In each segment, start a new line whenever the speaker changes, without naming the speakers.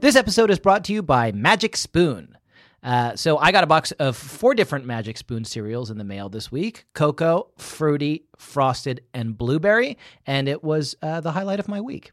This episode is brought to you by Magic Spoon. Uh, so I got a box of four different Magic Spoon cereals in the mail this week: cocoa, fruity, frosted, and blueberry. And it was uh, the highlight of my week.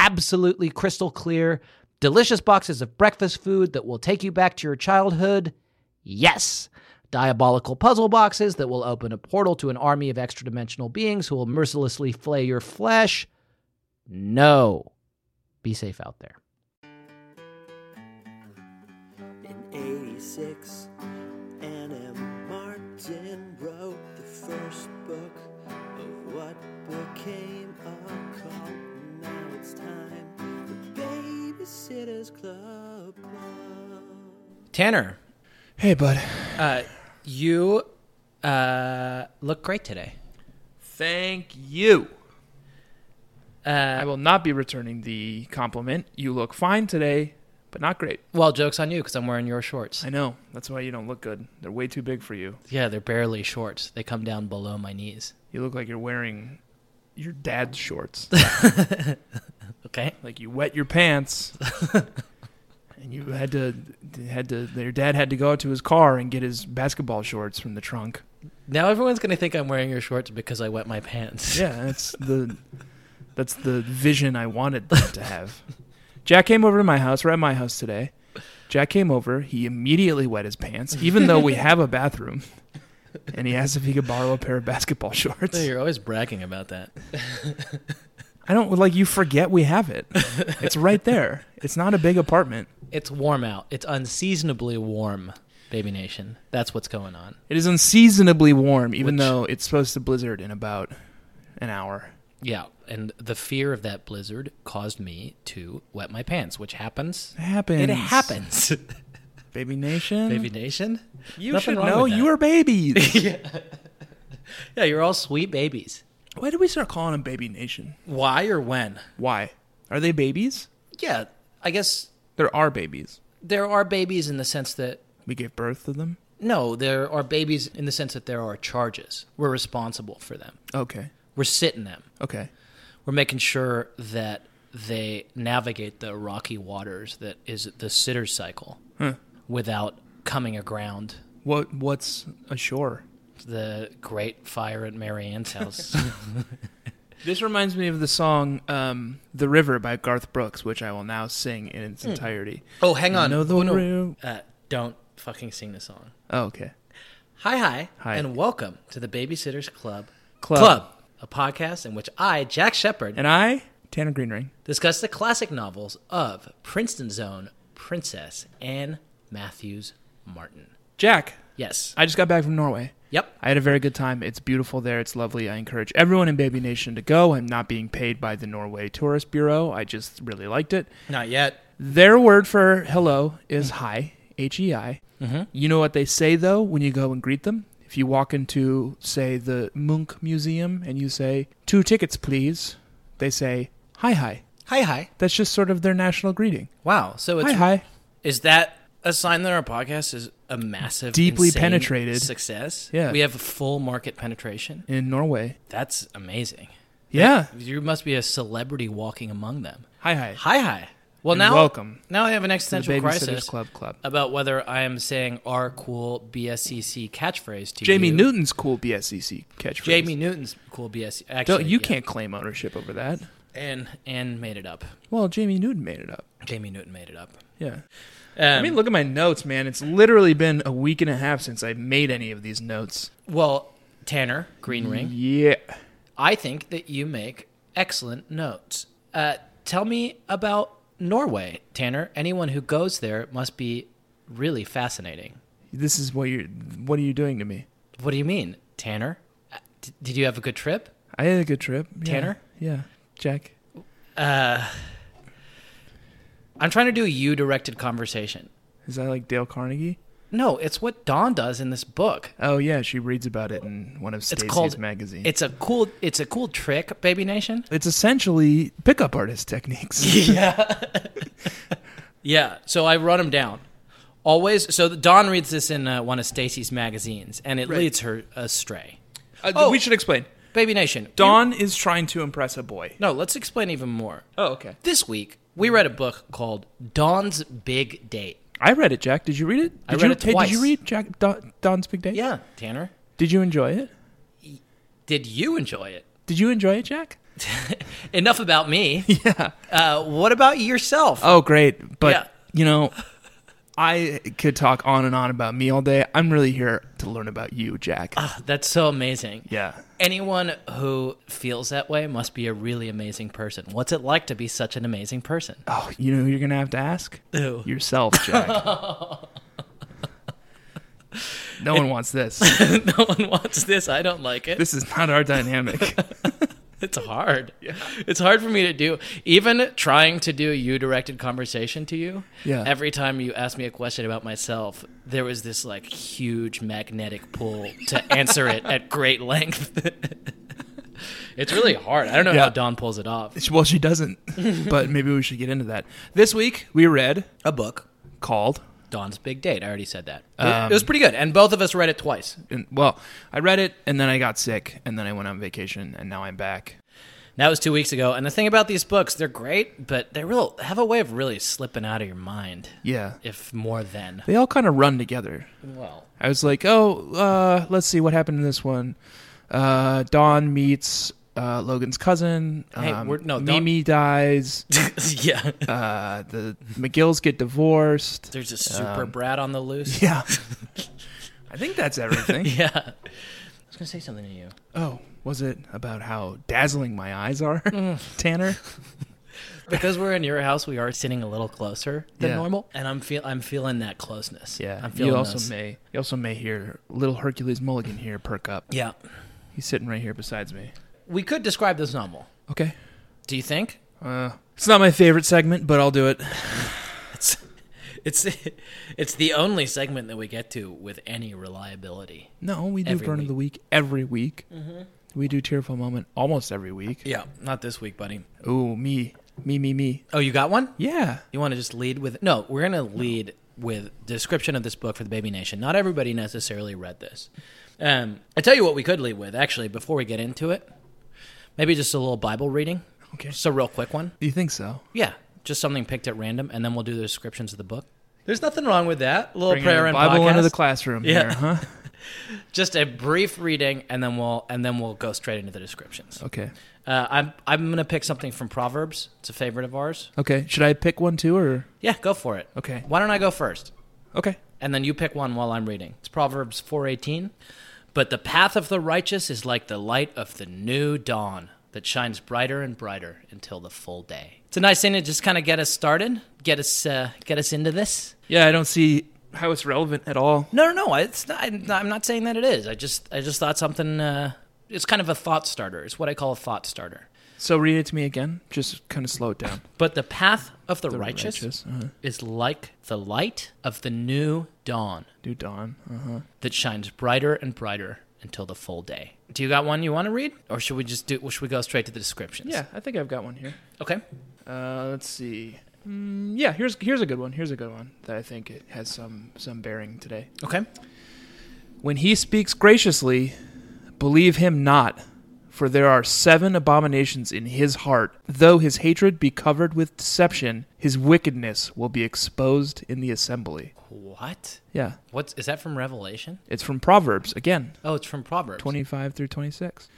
absolutely crystal clear, delicious boxes of breakfast food that will take you back to your childhood. Yes. Diabolical puzzle boxes that will open a portal to an army of extra dimensional beings who will mercilessly flay your flesh. No. Be safe out there.
In 86, Anna Martin wrote the first book of what became a cult. Now it's time the Babysitter's Club.
Tanner,
Hey, bud.
you uh, look great today.
Thank you.
Uh,
I will not be returning the compliment. You look fine today, but not great.
Well, joke's on you because I'm wearing your shorts.
I know. That's why you don't look good. They're way too big for you.
Yeah, they're barely shorts. They come down below my knees.
You look like you're wearing your dad's shorts.
Okay.
like you wet your pants. And you had to had to your dad had to go out to his car and get his basketball shorts from the trunk.
Now everyone's going to think I'm wearing your shorts because I wet my pants.
Yeah, that's the that's the vision I wanted them to have. Jack came over to my house. We're at my house today. Jack came over. He immediately wet his pants, even though we have a bathroom. And he asked if he could borrow a pair of basketball shorts.
You're always bragging about that.
I don't like you forget we have it. It's right there. It's not a big apartment.
It's warm out. It's unseasonably warm, Baby Nation. That's what's going on.
It is unseasonably warm, even
Which-
though it's supposed to blizzard in about an hour.
Yeah. And the fear of that blizzard caused me to wet my pants, which happens.
It happens.
It happens.
Baby Nation.
Baby Nation?
you
Nothing
should
wrong
know
with that.
you are babies.
Yeah, you're all sweet babies.
Why did we start calling them Baby Nation?
Why or when?
Why? Are they babies?
Yeah. I guess
There are babies.
there are babies in the sense that
We gave birth to them.
no, there are babies in the sense that there are charges. We're responsible for them.
Okay.
We're sitting them.
Okay.
we're making sure that they navigate the rocky waters that is the sitter cycle without coming aground
What what's ashore?
the great fire at Mary Ann's house.
This reminds me of the song um, "The River" by Garth Brooks, which I will now sing in its entirety.
oh, hang on.
Know the
Oh, no.
real-
Uh, don't fucking sing the song.
Oh, okay.
Hi, hi,
Hi.
and welcome to the Babysitters Club.
Club.
a podcast in which I, Jack Shepard,
And I, Tanner Greenring.
discuss the classic novels of Princeton's own Princess Anne Matthews Martin.
Jack,
Yes.
I just got back from Norway.
Yep.
I had a very good time. It's beautiful there. It's lovely. I encourage everyone in Baby Nation to go. I'm not being paid by the Norway Tourist Bureau. I just really liked it.
Not yet.
Their word for hello is hi, H E I.
Mm-hmm.
You know what they say though when you go and greet them? If you walk into, say, the Munch Museum and you say, two tickets, please, they say, hi, hi.
Hi hi.
That's just sort of their national greeting.
Wow. So it's
hi, hi.
is that a sign that our podcast is a massive
Deeply
insane
penetrated.
success?
Yeah.
We have full market penetration.
In Norway.
That's amazing.
Yeah.
You must be a celebrity walking among them.
Hi, hi.
Hi hi. Well
And
now
welcome
now I have an
to the
existential
Babysitters
crisis
Club Club.
about whether I am saying our cool BSCC catchphrase to
Jamie
you.
Newton's cool BSCC catchphrase.
Jamie Newton's cool BS. Actually,
Don't, you
yeah.
can't claim ownership over that.
And and made it up.
Well, Jamie Newton made it up.
Jamie Newton made it up.
Yeah.
Um,
I mean, look at my notes, man. It's literally been a week and a half since I've made any of these notes.
well, Tanner Green
Mm-hmm.
Ring,
Yeah.
I think that you make excellent notes. Uh, tell me about Norway, Tanner. Anyone who goes there must be really fascinating.
This is what you're. What are you doing to me?
What do you mean, Tanner? Uh, d- did you have a good trip?
I had a good trip. Yeah.
Tanner?
Yeah. Jack.
I'm trying to do a you-directed conversation.
Is that like Dale Carnegie?
No, it's what Dawn does in this book.
Oh yeah, she reads about it in one of
It's
Stacy's
called
magazines.
It's a cool. It's a cool trick, Baby Nation.
it's essentially pickup artist techniques.
yeah. yeah. So I run him down. Always. So Dawn reads this in uh, one of Stacy's magazines, and it leads her astray.
Uh,
Oh.
We should explain.
Baby Nation.
Dawn is trying to impress a boy.
No, let's explain even more.
Oh okay.
This week, we read a book called Dawn's Big Date.
I read it, Jack. Did you read it? Did
I read
you,
it
hey, Did
twice.
you read Jack Don, Don's Big Day?
Yeah. Tanner,
Did you enjoy it?
did you enjoy it?
Did you enjoy it, Jack?
Enough about me. yeah. Uh, what about yourself?
Oh, great. But,
Yeah.
you know, I could talk on and on about me all day. I'm really here to learn about you, Jack.
That's so amazing.
yeah.
Anyone who feels that way must be a really amazing person. What's it like to be such an amazing person?
Oh, you know who you're going to have to ask?
Who?
Yourself, Jack. no one wants this.
no one wants this. I don't like it.
This is not our dynamic.
It's hard. It's hard for me to do. Even trying to do a you directed conversation to you.
Yeah.
Every time you asked me a question about myself, there was this like huge magnetic pull to answer it at great length. it's really hard. I don't know
Yeah.
how Don pulls it off.
well, she doesn't, but maybe we should get into that. This week, we read
A book.
called
Don's Big Date. I already said that. Um, It- it was pretty good. And both of us read it twice.
and well, I read it and then I got sick and then I went on vacation and now I'm back.
That was two weeks ago. And the thing about these books, they're great, but they real have a way of really slipping out of your mind.
Yeah.
If more than.
They all kind of run together.
Well.
I was like, "Oh, uh, let's see what happened in this one." Uh, Dawn meets uh, Logan's cousin.
Hey,
um,
we're- no, don't-
Mimi dies.
yeah.
Uh, the McGills get divorced.
There's a super
Um,
Brad on the loose.
Yeah, I think that's everything.
Yeah. I was gonna say something to you.
Oh, was it about how dazzling my eyes are,
Mm.
Tanner?
Because we're in your house, we are sitting a little closer than
Yeah.
normal, and I'm feel I'm feeling that closeness. I'm feeling
you also
those.
may you also may hear little Hercules Mulligan here perk up.
Yeah,
He's sitting right here besides me.
we could describe this novel.
Okay,
Do you think?
uh, it's not my favorite segment, but I'll do it.
It's it's it's the only segment that we get to with any reliability.
No, we do
Every
burn
week.
of the week Mm-hmm. every week. We do tearful moment almost every week.
Yeah, not this week, buddy.
Ooh, me, me, me, me.
Oh, you got one?
Yeah,
You want to just lead with No, we're going to lead with description of this book for the Baby Nation. Not everybody necessarily read this. Um, I tell you what we could lead with actually before we get into it. Maybe just a little Bible reading.
Okay.
Just a real quick one.
you think so?
Yeah, just something picked at random and then we'll do the descriptions of the book. There's nothing wrong with that. A little
Bringing
prayer
the
and
Bible
podcast.
into the classroom
Yeah.
here, huh?
Just a brief reading and then we'll and then we'll go straight into the descriptions.
Okay,
Uh, I'm I'm going to pick something from Proverbs. It's a favorite of ours.
okay. Should I pick one too, or
Yeah, go for it.
Okay.
Why don't I go first?
okay?
and then you pick one while I'm reading. It's Proverbs 4:18. But the path of the righteous is like the light of the new dawn, that shines brighter and brighter until the full day. It's a nice thing to just kind of get us started, get us uh, get us into this.
Yeah, I don't see how it's relevant at all.
No, no, no. It's not, I'm not- I'm not saying that it is. I just I just thought something. Uh, it's kind of a thought starter. It's what I call a thought starter.
So read it to me again. Just kind of slow it down.
But the path of the,
The
righteous,
Uh-huh.
is like the light of the new dawn
Do dawn. Uh-huh.
that shines brighter and brighter until the full day. Do you got one you want to read, or should we just do? Should we go straight to the descriptions?
Yeah, I think I've got one here.
Okay.
Uh, let's see. Mm, yeah, here's here's a good one. Here's a good one that I think it has some some bearing today.
Okay.
When he speaks graciously, believe him not, for there are seven abominations in his heart. Though his hatred be covered with deception, his wickedness will be exposed in the assembly.
What?
Yeah,
What's is that from Revelation?
it's from Proverbs again,
Oh, it's from Proverbs.
25 through 26.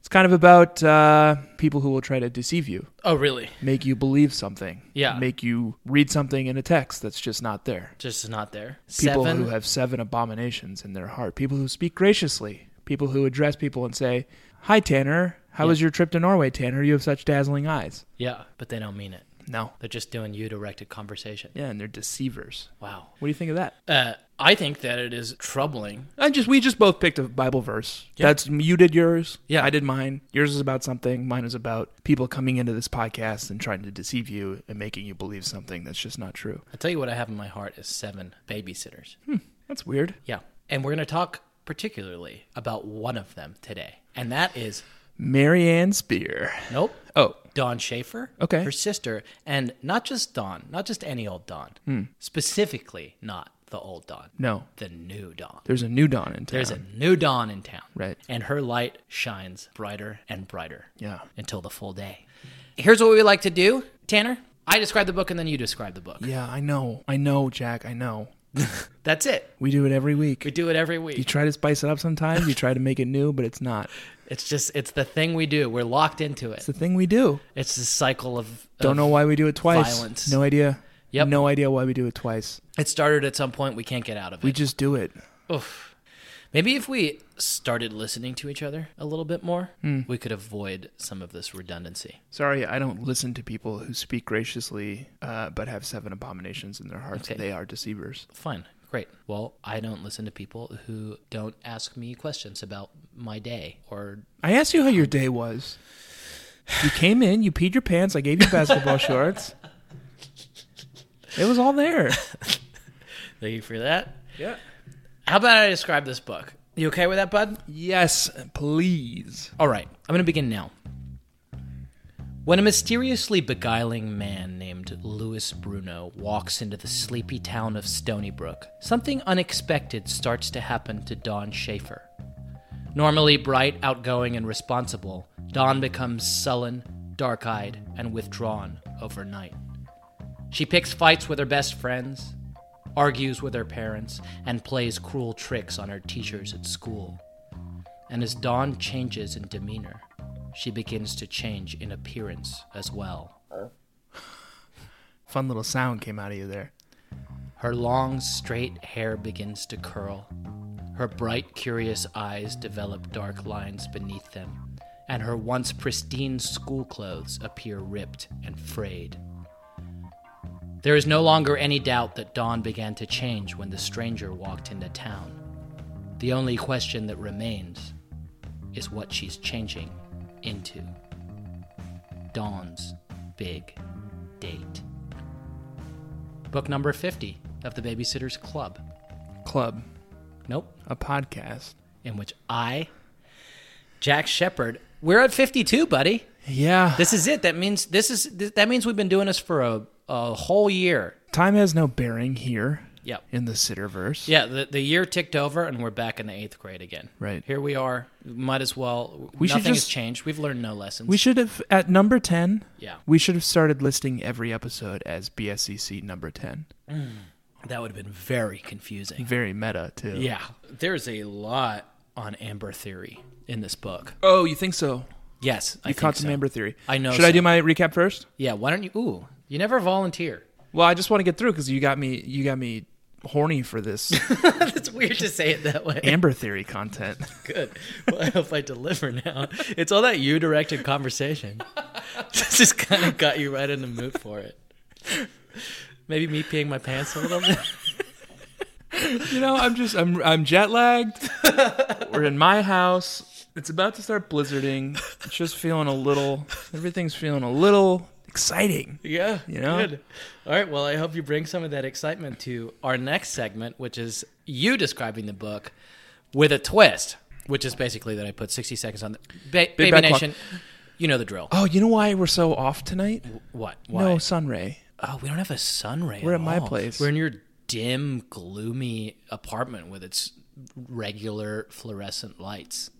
It's kind of about uh, people who will try to deceive you,
Oh, really?
make you believe something,
Yeah.
make you read something in a text that's just not there.
Just not there.
people
Seven.
who have seven abominations in their heart, people who speak graciously, people who address people and say, "Hi Tanner, how was your trip to Norway, Tanner? You have such dazzling eyes."
yeah, but they don't mean it.
No.
They're just doing you directed conversation.
Yeah, and they're deceivers.
Wow.
What do you think of that?
Uh, I think that it is troubling.
I just we just both picked a Bible verse. That's you did yours. Yeah, I did mine. Yours is about something. Mine is about people coming into this podcast and trying to deceive you and making you believe something that's just not true.
I'll tell you what I have in my heart is seven babysitters.
Hmm. That's weird.
Yeah. And we're going to talk particularly about one of them today. And that is,
Marianne Spear.
nope,
Oh,
Dawn Schaefer.
Okay.
Her sister. And not just Dawn, not just any old Dawn. Specifically, not the old Dawn.
Hmm. no.
The new Dawn.
There's a new dawn in town.
There's a new dawn in town.
Right.
And her light shines brighter and brighter.
Yeah.
Until the full day. Here's what we like to do, Tanner. I describe the book and then you describe the book.
Yeah, I know. I know, Jack. I know.
That's it.
We do it every
We
week.
do it every
You
week.
try to spice it up sometimes, you try to make it new, but it's not.
It's just it's the thing we do. We're locked into it.
It's the thing we do.
It's this cycle of
Don't
of-
know why we do it twice.
violence.
No idea.
Yep.
No idea why we do it twice.
It started at some point. We can't get out of
We
it.
just do it.
Oof. Maybe if we started listening to each other a little bit more, we could avoid some of this redundancy.
Sorry, I don't listen to people who speak graciously uh, but have seven abominations in their hearts.
Okay.
They are deceivers.
Fine. Great. Well, I don't listen to people who don't ask me questions about my day or
I asked you how your day was. You came in, you peed your pants, I gave you basketball shorts. It was all there.
Thank you for that.
Yeah.
How about I describe this book? You okay with that, bud?
Yes, please.
All right, I'm going to begin now. When a mysteriously beguiling man named Louis Bruno walks into the sleepy town of Stony Brook, something unexpected starts to happen to Don Schaefer. Normally bright, outgoing, and responsible, Don becomes sullen, dark eyed, and withdrawn overnight. She picks fights with her best friends, argues with her parents, and plays cruel tricks on her teachers at school. And as Dawn changes in demeanor, she begins to change in appearance as well.
Fun little sound came out of you there.
Her long, straight hair begins to curl. Her bright, curious eyes develop dark lines beneath them, and her once pristine school clothes appear ripped and frayed. There is no longer any doubt that Dawn began to change when the stranger walked into town. The only question that remains is what she's changing into. Dawn's big date. Book number 50 of The Babysitter's Club.
Club,
Nope.
a podcast.
In which I, Jack Shepard, we're at 52, buddy.
Yeah.
This is it. That means this is th- that means we've been doing this for a, a whole year.
Time has no bearing here
Yep.
in the Sitterverse.
Yeah, the, the year ticked over and we're back in the 8th grade again.
Right.
Here we are. Might as well
We should
nothing has
just-
changed. We've learned no lessons.
We should have at number 10.
Yeah.
We should have started listing every episode as BSCC number 10.
that would have been very confusing.
Very meta, too.
Yeah. There's a lot on Amber Theory in this book.
Oh, you think so?
Yes, I
You
think
caught some
so.
Amber Theory.
I know
Should I
so.
do my recap first?
Yeah, why don't you Ooh, you never volunteer.
Well, I just want to get through because you got me. You got me horny for this.
That's weird to say it that way.
Amber Theory content.
Good. Well, I hope I deliver now. It's all that you directed conversation. this just kind of got you right in the mood for it. Maybe me peeing my pants a little bit.
You know, I'm just I'm I'm jet lagged. We're in my house. It's about to start blizzarding. It's just feeling a little. Everything's feeling a little exciting.
Yeah.
You know?
Good. All right. Well, I hope you bring some of that excitement to our next segment, which is you describing the book with a twist, which is basically that I put 60 seconds on the ba- Baby
Bad Clock.
Nation. You know the drill.
Oh, you know why we're so off tonight?
What? Why?
No sunray.
Oh, we don't have a sunray.
We're at my place.
We're in your dim, gloomy apartment with its regular fluorescent lights.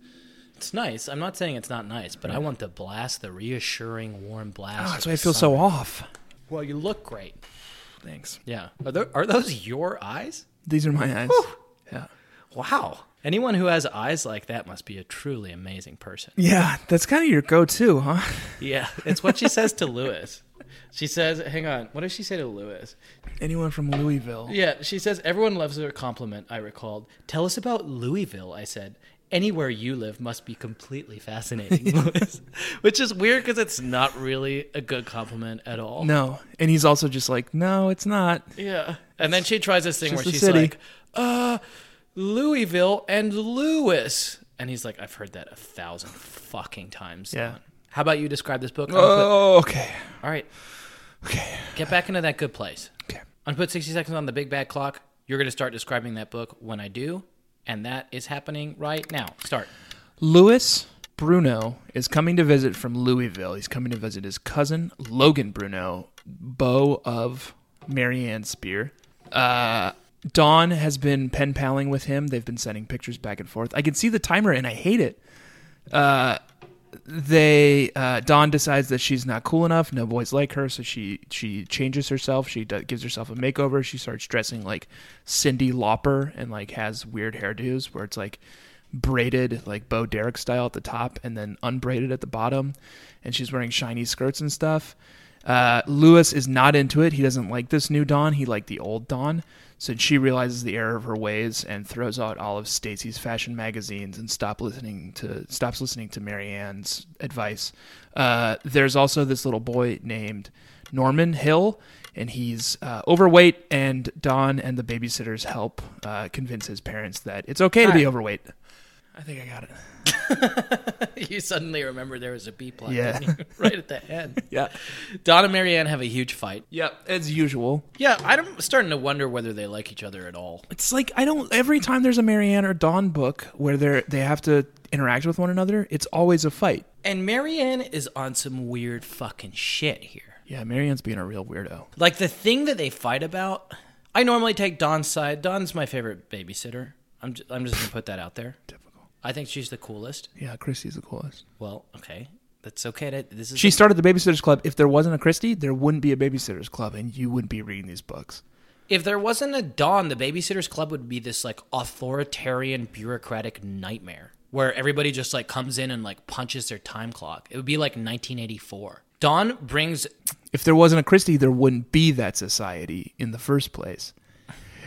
It's nice. I'm not saying it's not nice, but I want the blast, the reassuring, warm blast.
Oh, that's
of
why I
the
feel
sun.
so off.
Well, you look great.
Thanks.
Yeah. Are, tho- are those your eyes?
These are my eyes. Yeah.
Wow. Anyone who has eyes like that must be a truly amazing person.
Yeah, that's kind of your go-to, huh?
Yeah. It's what she says to Lewis. She says, hang on, what does she say to Lewis?
Anyone from Louisville?
Yeah, she says everyone loves her compliment, I recalled. Tell us about Louisville, I said. Anywhere you live must be completely fascinating, Lewis. Which is weird because it's not really a good compliment at all.
No, and he's also just like, no, it's not.
Yeah. And then she tries this thing where
just the
she's
city.
like, uh, Louisville and Lewis. And he's like, I've heard that a thousand fucking times.
Yeah.
Don." How about you describe this book? I'm gonna put-
Oh, okay.
all right.
Okay.
Get back into that good place.
Okay.
I'm gonna put 60 seconds on the big bad clock. You're going to start describing that book when I do. And that is happening right now. Start.
Louis Bruno is coming to visit from Louisville. He's coming to visit his cousin Logan Bruno, beau of Marianne Spear. Uh, Dawn has been pen paling with him. They've been sending pictures back and forth. I can see the timer, and I hate it. Uh, they uh, Dawn decides that she's not cool enough. No boys like her, so she she changes herself. She do, gives herself a makeover. She starts dressing like Cindy Lauper and like has weird hairdos where it's like braided like Bo Derek style at the top and then unbraided at the bottom, and she's wearing shiny skirts and stuff. Uh, Lewis is not into it. He doesn't like this new Dawn. He liked the old Dawn. So she realizes the error of her ways and throws out all of Stacy's fashion magazines and stop listening to stops listening to Marianne's advice. Uh, there's also this little boy named Norman Hill, and he's uh, overweight. And Dawn and the babysitters help uh, convince his parents that it's okay to be overweight. I think I got it.
you suddenly remember there was a B plot
Yeah.
didn't you? right at the end.
Yeah.
Don and Marianne have a huge fight.
Yep. As usual.
Yeah, I'm starting to wonder whether they like each other at all.
It's like I don't. Every time there's a Marianne or Dawn book where they are they have to interact with one another, it's always a fight.
And Marianne is on some weird fucking shit here.
Yeah, Marianne's being a real weirdo.
Like the thing that they fight about, I normally take Dawn's side. Dawn's my favorite babysitter. I'm just, I'm just gonna put that out there.
Typical.
I think she's the coolest.
Yeah, Christie's the coolest.
Well, okay, that's okay. To, this is
She started the Babysitters Club. If there wasn't a Christie, there wouldn't be a Babysitters Club, and you wouldn't be reading these books.
if there wasn't a Dawn, the Babysitters Club would be this like authoritarian bureaucratic nightmare where everybody just like comes in and like punches their time clock. It would be like 1984. Dawn brings
If there wasn't a Christie, there wouldn't be that society in the first place.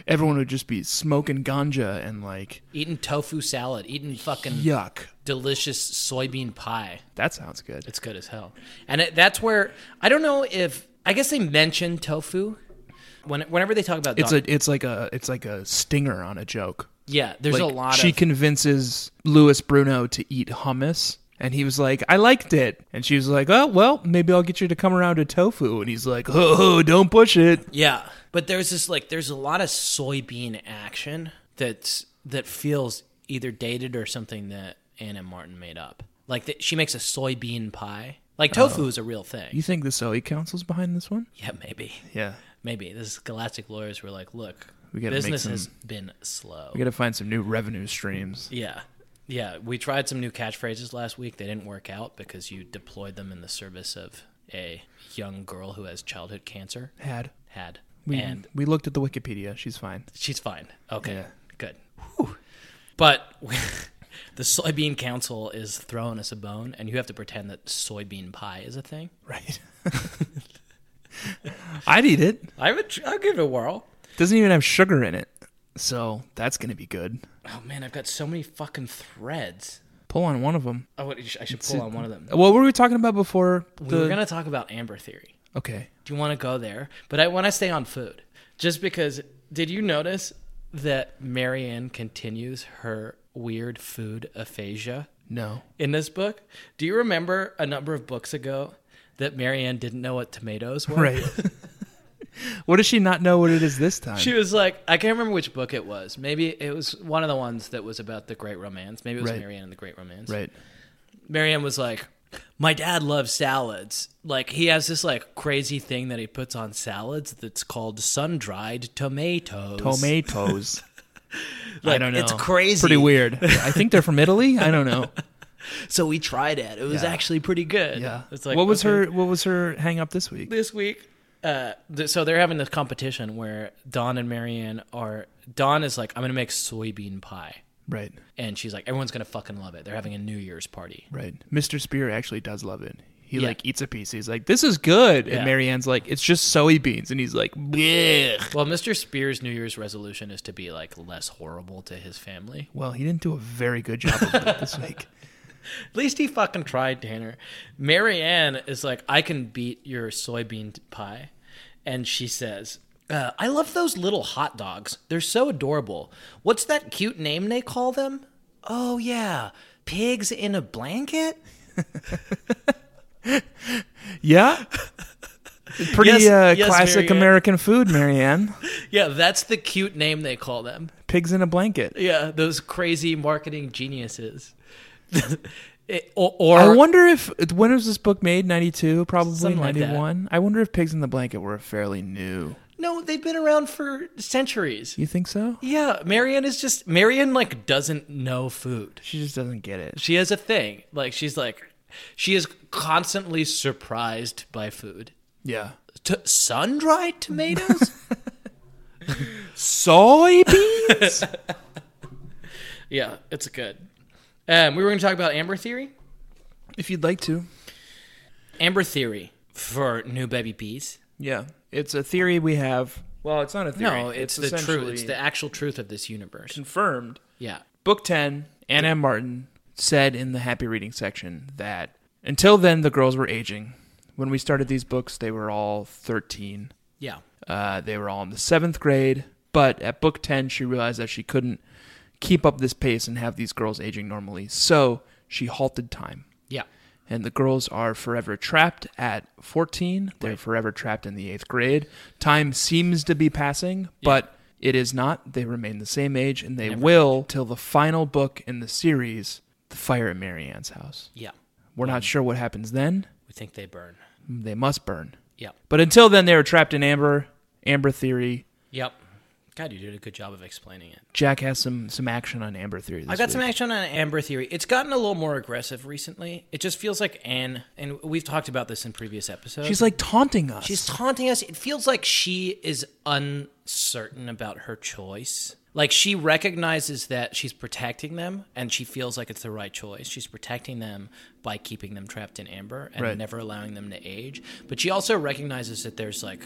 Everyone would just be smoking ganja and like
eating tofu salad, eating fucking
yuck.
delicious soybean pie.
That sounds good.
It's good as hell. And it, that's where I don't know if I guess they mentioned tofu when whenever they talk about
It's
Dawn.
a it's like a it's like a stinger on a joke.
yeah, there's
Like,
a lot
she
of
convinces Louis Bruno to eat hummus. And he was like, I liked it. And she was like, Oh, well, maybe I'll get you to come around to tofu. And he's like, Oh, oh, don't push it.
Yeah, but there's this like there's a lot of soybean action that's that feels either dated or something that Anna Martin made up. Like that she makes a soybean pie. Like tofu is a real
Oh. You
thing.
think the Zoe Council's behind this one?
Yeah, maybe,
Yeah.
maybe this galactic lawyers were like, look,
We gotta make
business
some-
has been slow.
We got to find some new revenue streams.
Yeah. Yeah. We tried some new catchphrases last week. They didn't work out because you deployed them in the service of a young girl who has childhood cancer.
Had.
Had.
We,
and
we looked at the Wikipedia. She's fine.
she's fine. Okay.
Yeah.
Good. Whew. But the Soybean Council is throwing us a bone, and you have to pretend that soybean pie is a thing.
Right. I'd eat it.
I would, I'll give it a whirl.
Doesn't even have sugar in it. So that's going to be good.
Oh man, I've got so many fucking threads.
Pull on one of them.
Oh, wait, I should- I should pull on one of them.
What were we talking about before?
We were gonna talk about Amber Theory.
Okay.
Do you want to go there? But I want to stay on food, just because. Did you notice that Marianne continues her weird food aphasia
No.
in this book? Do you remember a number of books ago that Marianne didn't know what tomatoes were?
Right. what does she not know what it is this time?
She was like, I can't remember which book it was. Maybe it was one of the ones that was about the Great Romance. Maybe it was
Right.
Marianne and the Great Romance.
right.
Marianne was like, My dad loves salads. Like, he has this like crazy thing that he puts on salads that's called sun dried tomatoes.
Tomatoes.
Like,
I don't know.
It's crazy.
Pretty weird. I think they're from Italy. I don't know.
So we tried it. It was
Yeah.
actually pretty good.
Yeah.
It's like,
what was
okay.
her What was her hang up this week?
this week. Uh, th- so they're having this competition where Don and Marianne are. Don is like, I'm gonna make soybean pie,
Right.
and she's like, everyone's gonna fucking love it. They're having a New Year's party.
Right. Mr. Spear actually does love it. He
Yeah.
like eats a piece. He's like, "This is good,"
Yeah.
and Marianne's like, "It's just soybeans," and he's like, "Blech."
Well, Mr. Spears' New Year's resolution is to be like less horrible to his family.
Well, he didn't do a very good job of that this week.
At least he fucking tried, Tanner. Marianne is like, I can beat your soybean pie. And she says, uh, I love those little hot dogs. They're so adorable. What's that cute name they call them? Oh, yeah. Pigs in a blanket?
Yeah. Pretty
Yes,
uh,
yes,
classic
Marianne.
American food, Marianne.
Yeah, that's the cute name they call them.
Pigs in a blanket.
Yeah, those crazy marketing geniuses. It- or, or
I wonder if when was this book made? Ninety two, probably
Something like
ninety
that.
one. I wonder if pigs in the blanket were fairly new.
no, they've been around for centuries.
You think so?
Yeah, Marianne is just Marianne like doesn't know food.
She just doesn't get it.
She has a thing. Like she's like she is constantly surprised by food.
Yeah.
T- sun-dried tomatoes?
Soybeans.
yeah, it's good. Um, we were going to talk about Amber Theory.
if you'd like to.
Amber Theory for new baby bees.
Yeah. It's a theory we have. Well, it's not a theory.
No, it's, the truth.
essentially
It's the actual truth of this universe.
confirmed.
Yeah.
Book 10, Anna M. Martin said in the happy reading section that until then the girls were aging. When we started these books, they were all 13.
Yeah.
Uh, they were all in the seventh grade, but at book 10, she realized that she couldn't keep up this pace and have these girls aging normally. So she halted time.
Yeah.
And the girls are forever trapped at 14. They're forever trapped in the eighth grade. Time seems to be passing, but it is not. They remain the same age, and they will till the final book in the series, The Fire at Marianne's House.
Yeah.
We're not sure what happens then.
We think they burn.
They must burn.
Yeah.
But until then, they are trapped in Amber, Amber Theory.
Yep. God, you did a good job of explaining it.
Jack has some some action on Amber Theory. This
I got
week.
some action on Amber Theory. It's gotten a little more aggressive recently. It just feels like Anne, and we've talked about this in previous episodes.
She's like taunting us.
she's taunting us. It feels like she is uncertain about her choice. Like she recognizes that she's protecting them, and she feels like it's the right choice. She's protecting them by keeping them trapped in Amber and
Right.
never allowing them to age. But she also recognizes that there's like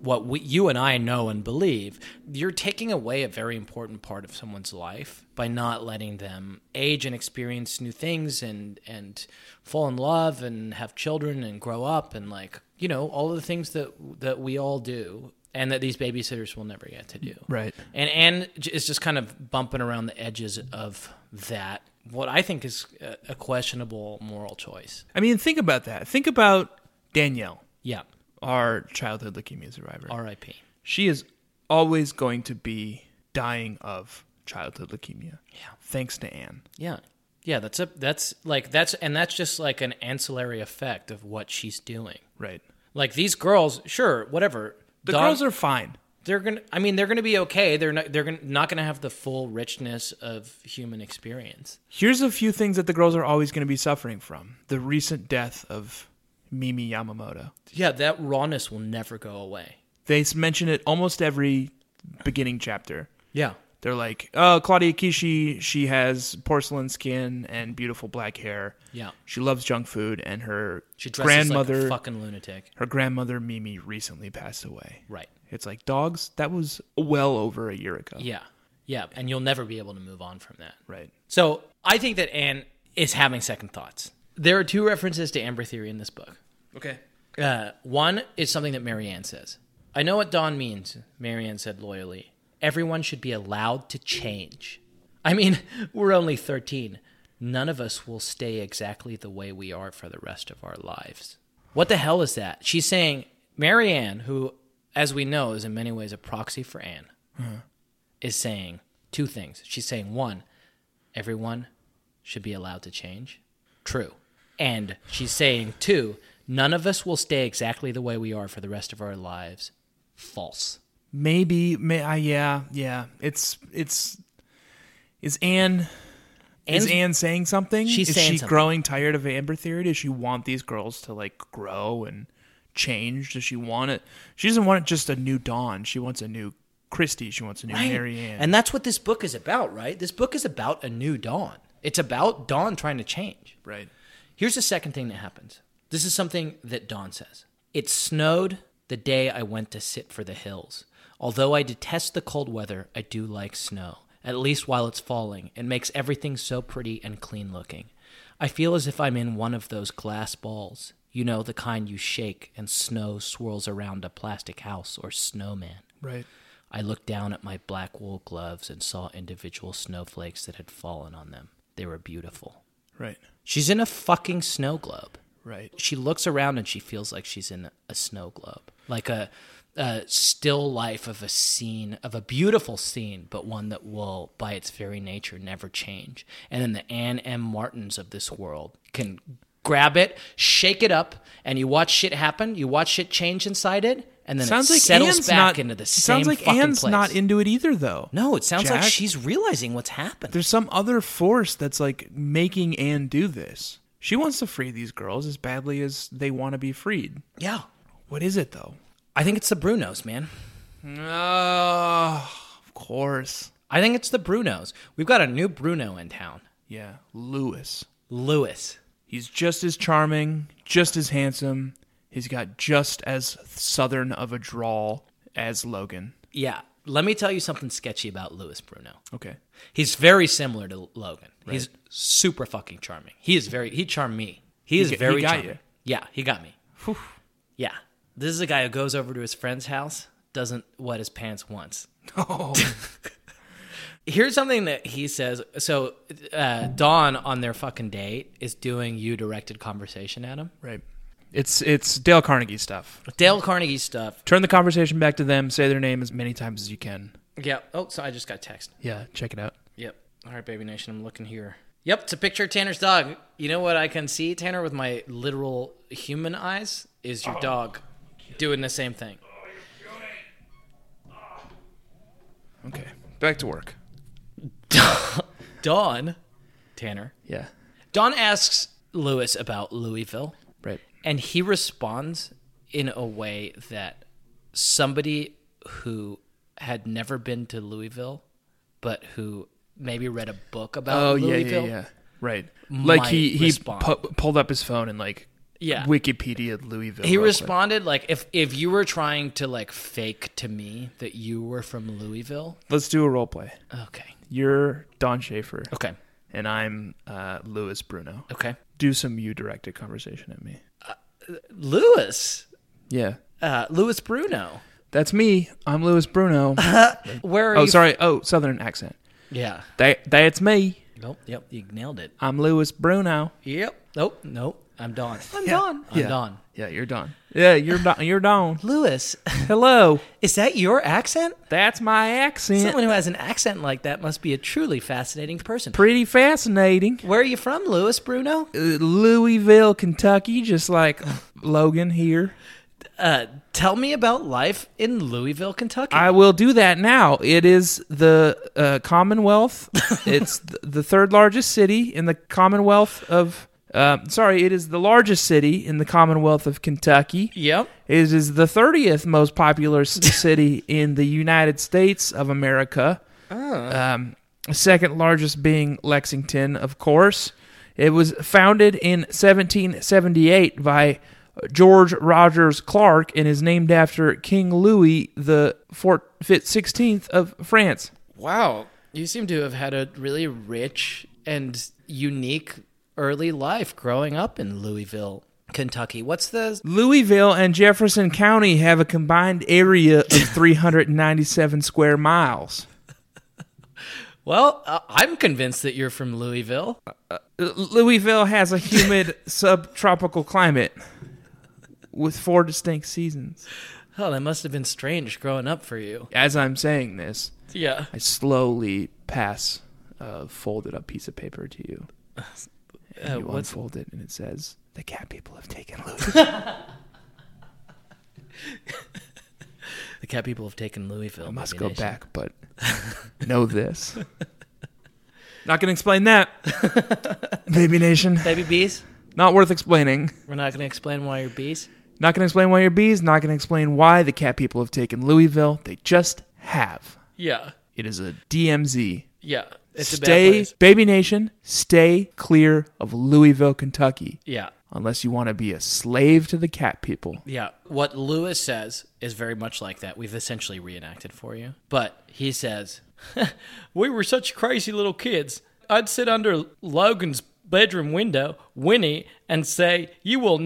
what we, you and I know and believe. You're taking away a very important part of someone's life by not letting them age and experience new things and and fall in love and have children and grow up and like you know all of the things that that we all do and that these babysitters will never get to do.
right.
And Anne j- is just kind of bumping around the edges of that. What I think is a, a questionable moral choice.
I mean, think about that. Think about Danielle,
Yeah.
our childhood leukemia survivor.
R.I.P.
she is always going to be dying of childhood leukemia. Yeah. Thanks to Anne.
Yeah. Yeah, that's a that's like that's and that's just like an ancillary effect of what she's doing.
Right.
Like these girls, sure, whatever.
The girls are fine.
they're going to I mean they're going to be okay. They're not they're gonna, not going to have the full richness of human experience.
Here's a few things that the girls are always going to be suffering from. The recent death of Mimi Yamamoto.
Yeah, that rawness will never go away.
They s- mention it almost every beginning chapter.
Yeah.
They're like, "Oh, Claudia Kishi, she has porcelain skin and beautiful black hair.
Yeah.
She loves junk food and her
She dresses
grandmother
like a fucking lunatic.
her grandmother Mimi recently passed away."
Right.
It's like dogs. That was well over a year ago.
Yeah. Yeah, and you'll never be able to move on from that.
Right.
So I think that Anne is having second thoughts. There are two references to Amber Theory in this book.
Okay.
Uh, one is something that Marianne says. I know what Dawn means, Marianne said loyally. Everyone should be allowed to change. I mean, we're only 13. None of us will stay exactly the way we are for the rest of our lives. What the hell is that? She's saying Marianne, who, as we know, is in many ways a proxy for Anne, is saying two things. She's saying, one, everyone should be allowed to change. True. And she's saying, two, none of us will stay exactly the way we are for the rest of our lives. False.
Maybe. May I? Yeah. Yeah. It's it's. Is Anne?
Anne's-
is Anne saying something?
She's
is
saying
she
something.
growing tired of Amber Theory? Does she want these girls to like grow and change? Does she want it? She doesn't want just a new Dawn. She wants a new Christie. She wants a new Mary Ann.
And that's what this book is about, right? This book is about a new dawn. It's about dawn trying to change.
right.
Here's the second thing that happens. This is something that Dawn says. It snowed the day I went to sit for the hills. Although I detest the cold weather, I do like snow. At least while it's falling, it makes everything so pretty and clean looking. I feel as if I'm in one of those glass balls. You know, the kind you shake and snow swirls around a plastic house or snowman.
Right.
I looked down at my black wool gloves and saw individual snowflakes that had fallen on them. They were beautiful.
Right.
She's in a fucking snow globe.
Right.
She looks around and she feels like she's in a snow globe, like a, a still life of a scene, of a beautiful scene, but one that will, by its very nature, never change. And then the Anne M. Martins of this world can grab it, shake it up, and you watch shit happen. You watch shit change inside it, and then
sounds
it
like
settles
Anne's
back
not,
into the
it
same
sounds like
fucking
Anne's
place.
not into it either, though.
no, it sounds like
Jack?
she's realizing what's happened.
There's some other force that's like making Anne do this. She wants to free these girls as badly as they want to be freed.
Yeah.
What is it though?
I think it's the Brunos, man.
Oh, of course.
I think it's the Brunos. We've got a new Bruno in town.
Yeah, Lewis.
Lewis.
He's just as charming, just as handsome. He's got just as southern of a drawl as Logan.
Yeah. Let me tell you something sketchy about Lewis Bruno.
Okay.
He's very similar to Logan. He's super fucking charming. He is very he charmed me. He is
g- he
very
got
charming.
you.
Yeah, he got me. Yeah. This is a guy who goes over to his friend's house, doesn't wet his pants once. Here's something that he says. So, uh, Dawn on their fucking date is doing you directed conversation at him.
Right. It's it's Dale Carnegie stuff.
Dale Carnegie stuff.
Turn the conversation back to them, say their name as many times as you can.
Yeah. Oh, so I just got text.
Yeah, check it out.
Yep. All right, baby nation. I'm looking here. Yep, it's a picture of Tanner's dog. You know what I can see, Tanner, with my literal human eyes, is your dog doing the same thing.
Okay. Back to work.
Dawn, Tanner.
Yeah.
Dawn asks Lewis about Louisville,
Right.
and he responds in a way that somebody who had never been to Louisville, but who maybe read a book about
Oh yeah, yeah,
Louisville.
yeah. Right. Like he he
respond.
pu- pulled up his phone and like
Yeah.
Wikipedia Louisville.
He
real quick.
responded like if if you were trying to like fake to me that you were from Louisville.
Let's do a role play.
Okay.
You're Don Schaefer
Okay.
and I'm uh, Louis Bruno.
Okay.
Do some you directed conversation at me.
Louis.
Yeah.
Uh Louis Bruno.
That's me. I'm Louis Bruno.
Where are
oh,
you
sorry. Oh, southern accent.
Yeah.
That that's me.
Nope. Yep. You nailed it.
I'm Louis Bruno.
Yep. Nope. Nope. I'm Don. I'm
Don.
I'm
Yeah.
Don.
Yeah, you're Don. Yeah, you're Don. You're Don.
Louis,
Hello.
is that your accent?
That's my accent.
Someone who has an accent like that must be a truly fascinating person.
Pretty fascinating.
Where are you from, Louis Bruno?
Uh, Louisville, Kentucky, just like Logan here.
Uh, tell me about life in Louisville, Kentucky.
I will do that now. It is the uh, Commonwealth. it's th- the third largest city in the Commonwealth of. Uh, sorry, it is the largest city in the Commonwealth of Kentucky.
yep.
It is the thirtieth most popular s- city in the United States of America. Um, second largest being Lexington, of course. It was founded in 1778 by George Rogers Clark and is named after King Louis the 16th of France.
Wow. You seem to have had a really rich and unique early life growing up in Louisville, Kentucky. What's the
Louisville and Jefferson County have a combined area of 397 square miles.
Well, uh, I'm convinced that you're from Louisville.
L- Louisville has a humid subtropical climate with four distinct seasons.
Oh, that must have been strange growing up for you.
As I'm saying this,
Yeah.
I slowly pass a folded up piece of paper to you. And
Uh,
you
what's-
unfold it, and it says, The cat people have taken Louisville.
The cat people have taken Louisville.
I must
Baby
go
Nation.
back, but know this. Not going to explain that. Baby Nation.
Baby bees?
Not worth explaining.
We're not going to explain why you're bees.
Not going to explain why you're bees. Not going to explain why the cat people have taken Louisville. They just have.
Yeah.
It is a DMZ.
Yeah. It's a bad
stay,
place.
Baby Nation, stay clear of Louisville, Kentucky,
Yeah.
unless you want to be a slave to the cat people.
Yeah. What Lewis says is very much like that. We've essentially reenacted for you. But he says, We were such crazy little kids. I'd sit under Logan's bedroom window, whinny, and say, You will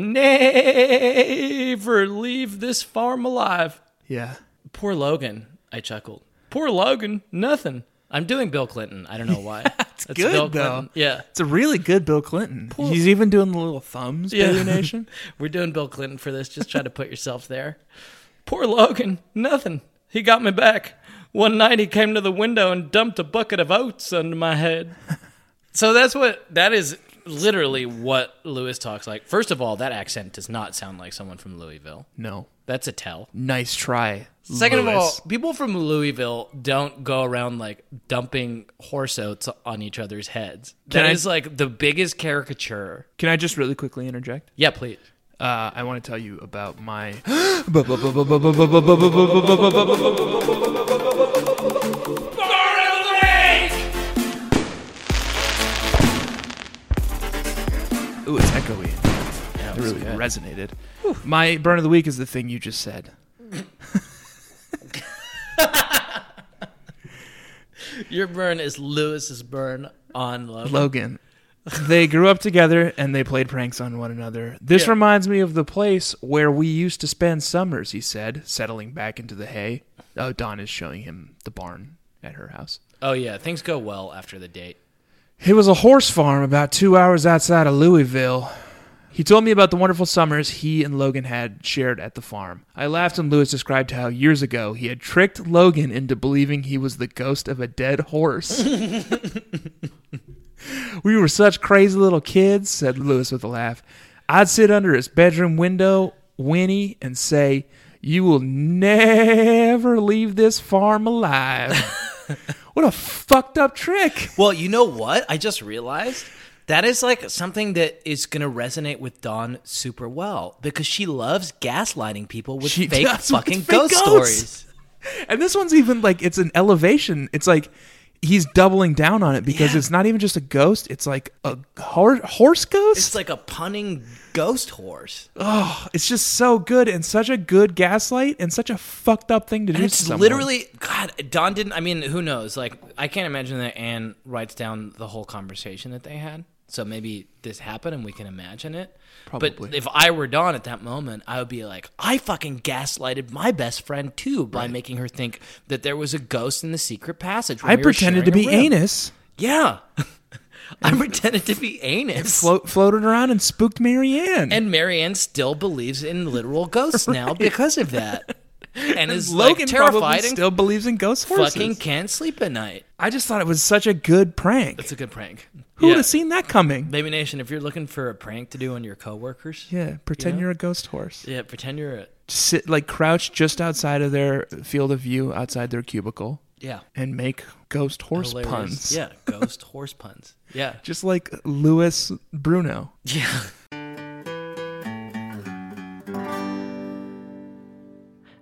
never leave this farm alive.
Yeah.
Poor Logan, I chuckled. Poor Logan, nothing. I'm doing Bill Clinton. I don't know why. That's
good, though.
Clinton. Yeah.
It's a really good Bill Clinton. He's even doing the little thumbs,
Yeah.
Baby Nation.
We're doing Bill Clinton for this. Just try to put yourself there. Poor Logan. Nothing. He got me back. One night he came to the window and dumped a bucket of oats under my head. So that's what that is literally what Lewis talks like. First of all, that accent does not sound like someone from Louisville.
No.
That's a tell.
Nice try.
Second of all,
Lewis.
people from Louisville don't go around like dumping horse oats on each other's heads. That
Can
is
I-
like the biggest caricature.
can I just really quickly interject?
Yeah, please.
Uh, I want to tell you about my. Ooh, it's echoey. it really resonated. My burn of the week is the thing you just said.
Your burn is Lewis's burn on Logan.
Logan. they grew up together and they played pranks on one another. This
Yeah.
reminds me of the place where we used to spend summers, he said, settling back into the hay. Oh, Don is showing him the barn at her house.
Oh yeah, things go well after the date.
It was a horse farm about two hours outside of Louisville. He told me about the wonderful summers he and Logan had shared at the farm. I laughed when Lewis described how years ago he had tricked Logan into believing he was the ghost of a dead horse. we were such crazy little kids, said Lewis with a laugh. I'd sit under his bedroom window, whinny, and say, You will never leave this farm alive. what a fucked up trick.
Well, you know what? I just realized that is like something that is going to resonate with Dawn super well because she loves gaslighting people with
She
fake
does with
fucking
fake
ghost
ghosts.
stories.
And this one's even like it's an elevation. It's like he's doubling down on it because it's not even just a ghost. It's like a hor- horse ghost.
It's like a punning ghost horse.
It's just so good and such a good gaslight and such a fucked up thing to do.
And
to
it's
someone.
literally God. Don didn't. I mean, who knows? Like, I can't imagine that Anne writes down the whole conversation that they had. So maybe this happened and we can imagine it. But
Probably.
if I were Don at that moment, I would be like, I fucking gaslighted my best friend too by making her think that there was a ghost in the secret passage. when
I
we were
pretended to
sharing a
be
room.
anus,
Yeah. I pretended to be anus.
flo- floated around and spooked Marianne.
And Marianne still believes in literal ghosts now because of that. And is like
Logan probably
terrified and
still believes in ghost horses.
fucking can't sleep at night.
I just thought it was such a good prank.
It's a good prank.
Who would have seen that coming?
Baby Nation, if you're looking for a prank to do on your coworkers, yeah,
Yeah, pretend you're a ghost horse.
pretend you're a
Sit like crouch just outside of their field of view, outside their cubicle.
yeah
and make ghost horse
hilarious-
puns.
Yeah, ghost horse puns. Yeah,
Just like Louis Bruno.
yeah.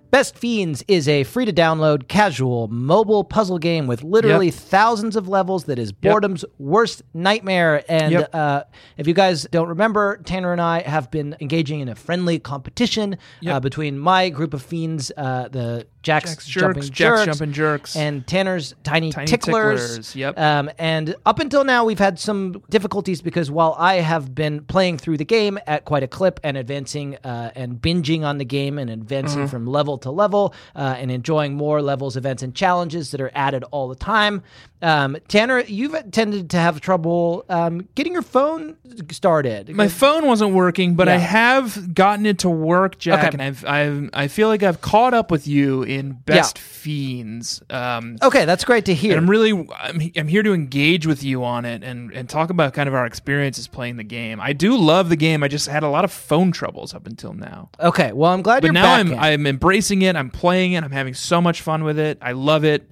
Best Fiends is a free to download casual mobile puzzle game with literally
Yep.
thousands of levels that is boredom's worst nightmare. And
Yep.
uh, if you guys don't remember, Tanner and I have been engaging in a friendly competition uh, between my group of fiends, uh, the Jack's,
Jack's Jerks,
Jumping
Jack's
Jerks,
Jumping Jerks.
and Tanner's Tiny,
Tiny
Ticklers.
Ticklers, yep.
Um, and up until now, we've had some difficulties because while I have been playing through the game at quite a clip and advancing uh, and binging on the game and advancing
Mm-hmm.
from level to level uh, and enjoying more levels, events, and challenges that are added all the time, um, Tanner, you've tended to have trouble um, getting your phone started.
My phone wasn't working, but I
Yeah.
have gotten it to work, Jack,
Okay.
and I've, I've I feel like I've caught up with you in Best Fiends. Um,
okay, that's great to hear.
and I'm really I'm, I'm here to engage with you on it and and talk about kind of our experiences playing the game. I do love the game. I just had a lot of phone troubles up until now.
okay, well, I'm glad
But
you're
now
back
I'm
in.
I'm embracing it. I'm playing it. I'm having so much fun with it. I love it.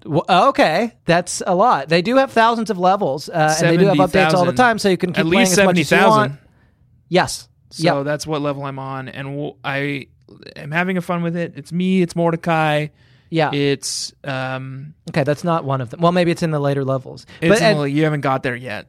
W uh, okay, that's a lot. They do have thousands of levels, uh, and they do have updates all the
70,000.
time, so you can keep
At
playing
least
as much
seventy
as you want.
thousand.
Yes.
So
Yep.
that's what level I'm on, and w- I am having a fun with it. It's me. It's Mordecai.
Yeah.
It's um.
okay, that's not one of them. Well, maybe it's in the later levels.
It's
and-
well, you haven't got there yet.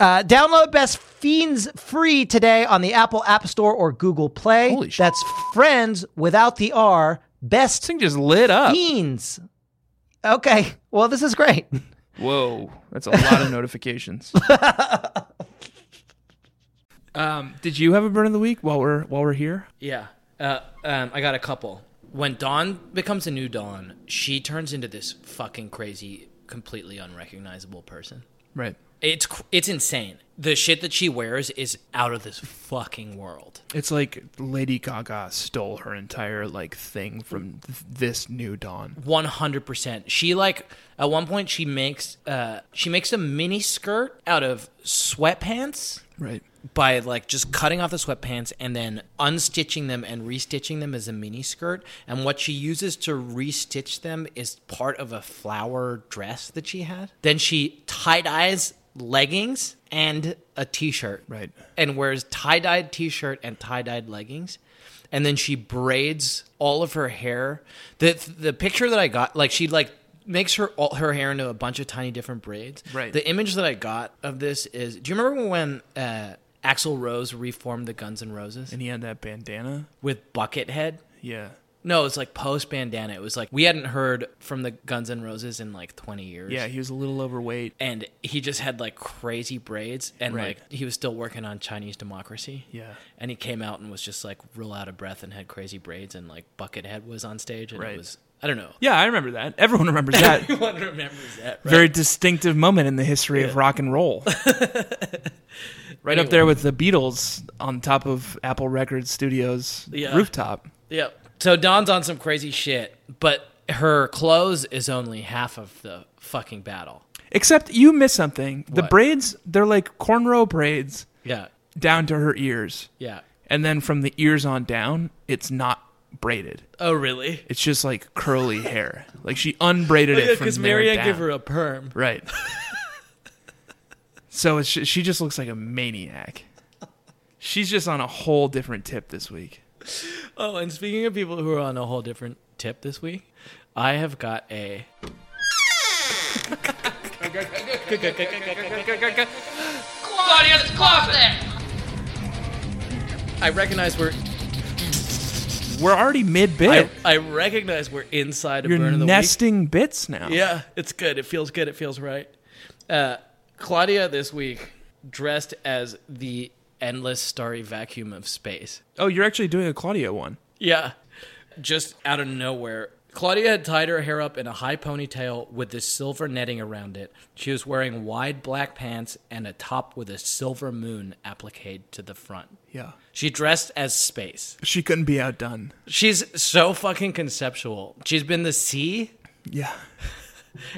Uh, download Best Fiends free today on the Apple App Store or Google Play.
Holy shit.
That's friends without the R.
This
Best
thing just lit up.
Fiends. Okay. Well, this is great.
Whoa, that's a lot of notifications. um, did you have a burn of the week while we're while we're here?
Yeah. Uh, um, I got a couple. When Dawn becomes a new Dawn, she turns into this fucking crazy, completely unrecognizable person.
Right.
It's cr- it's insane. The shit that she wears is out of this fucking world.
It's like Lady Gaga stole her entire like thing from th- this new dawn.
One hundred percent. She like at one point she makes uh she makes a mini skirt out of sweatpants
Right.
by like just cutting off the sweatpants and then unstitching them and restitching them as a mini skirt. And what she uses to restitch them is part of a flower dress that she had. Then she tie dyes leggings and a t shirt.
Right.
And wears tie dyed t shirt and tie dyed leggings. And then she braids all of her hair. The the picture that I got, like she like makes her all her hair into a bunch of tiny different braids.
Right.
The image that I got of this is do you remember when uh, Axl Rose reformed the Guns N' Roses
And he had that bandana.
with Buckethead?
Yeah.
No, it was like post bandana. It was like we hadn't heard from the Guns N' Roses in like 20 years.
Yeah, he was a little overweight.
and he just had like crazy braids and
Right.
like he was still working on Chinese democracy.
Yeah.
And he came out and was just like real out of breath and had crazy braids and like Buckethead was on stage and
Right.
it was I don't know.
Yeah, I remember that. Everyone remembers that.
Everyone remembers that, right?
Very distinctive moment in the history of rock and roll. right up there with the Beatles on top of Apple Records Studios
Yeah.
rooftop.
Yep. So Dawn's on some crazy shit, but her clothes is only half of the fucking battle.
Except you miss something. The
What?
braids, they're like cornrow braids
Yeah.
down to her ears.
Yeah.
And then from the ears on down, it's not braided.
Oh, really?
It's just like curly hair. Like she unbraided it from
Because
there
Marianne
down.
gave her a perm.
Right. so it's ju- she just looks like a maniac. She's just on a whole different tip this week.
Oh, and speaking of people who are on a whole different tip this week, I have got a.
Claudius Closet!
I recognize we're.
We're already mid
I,
bit.
I recognize we're inside a
You're
burn of the week.
nesting bits now.
Yeah, it's good. It feels good. It feels right. Uh, Claudia this week dressed as the endless starry vacuum of space.
Oh, you're actually doing a Claudia one.
Yeah, just out of nowhere. Claudia had tied her hair up in a high ponytail with this silver netting around it. She was wearing wide black pants and a top with a silver moon appliqued to the front.
Yeah.
She dressed as space.
She couldn't be outdone.
She's so fucking conceptual. She's been the sea
Yeah.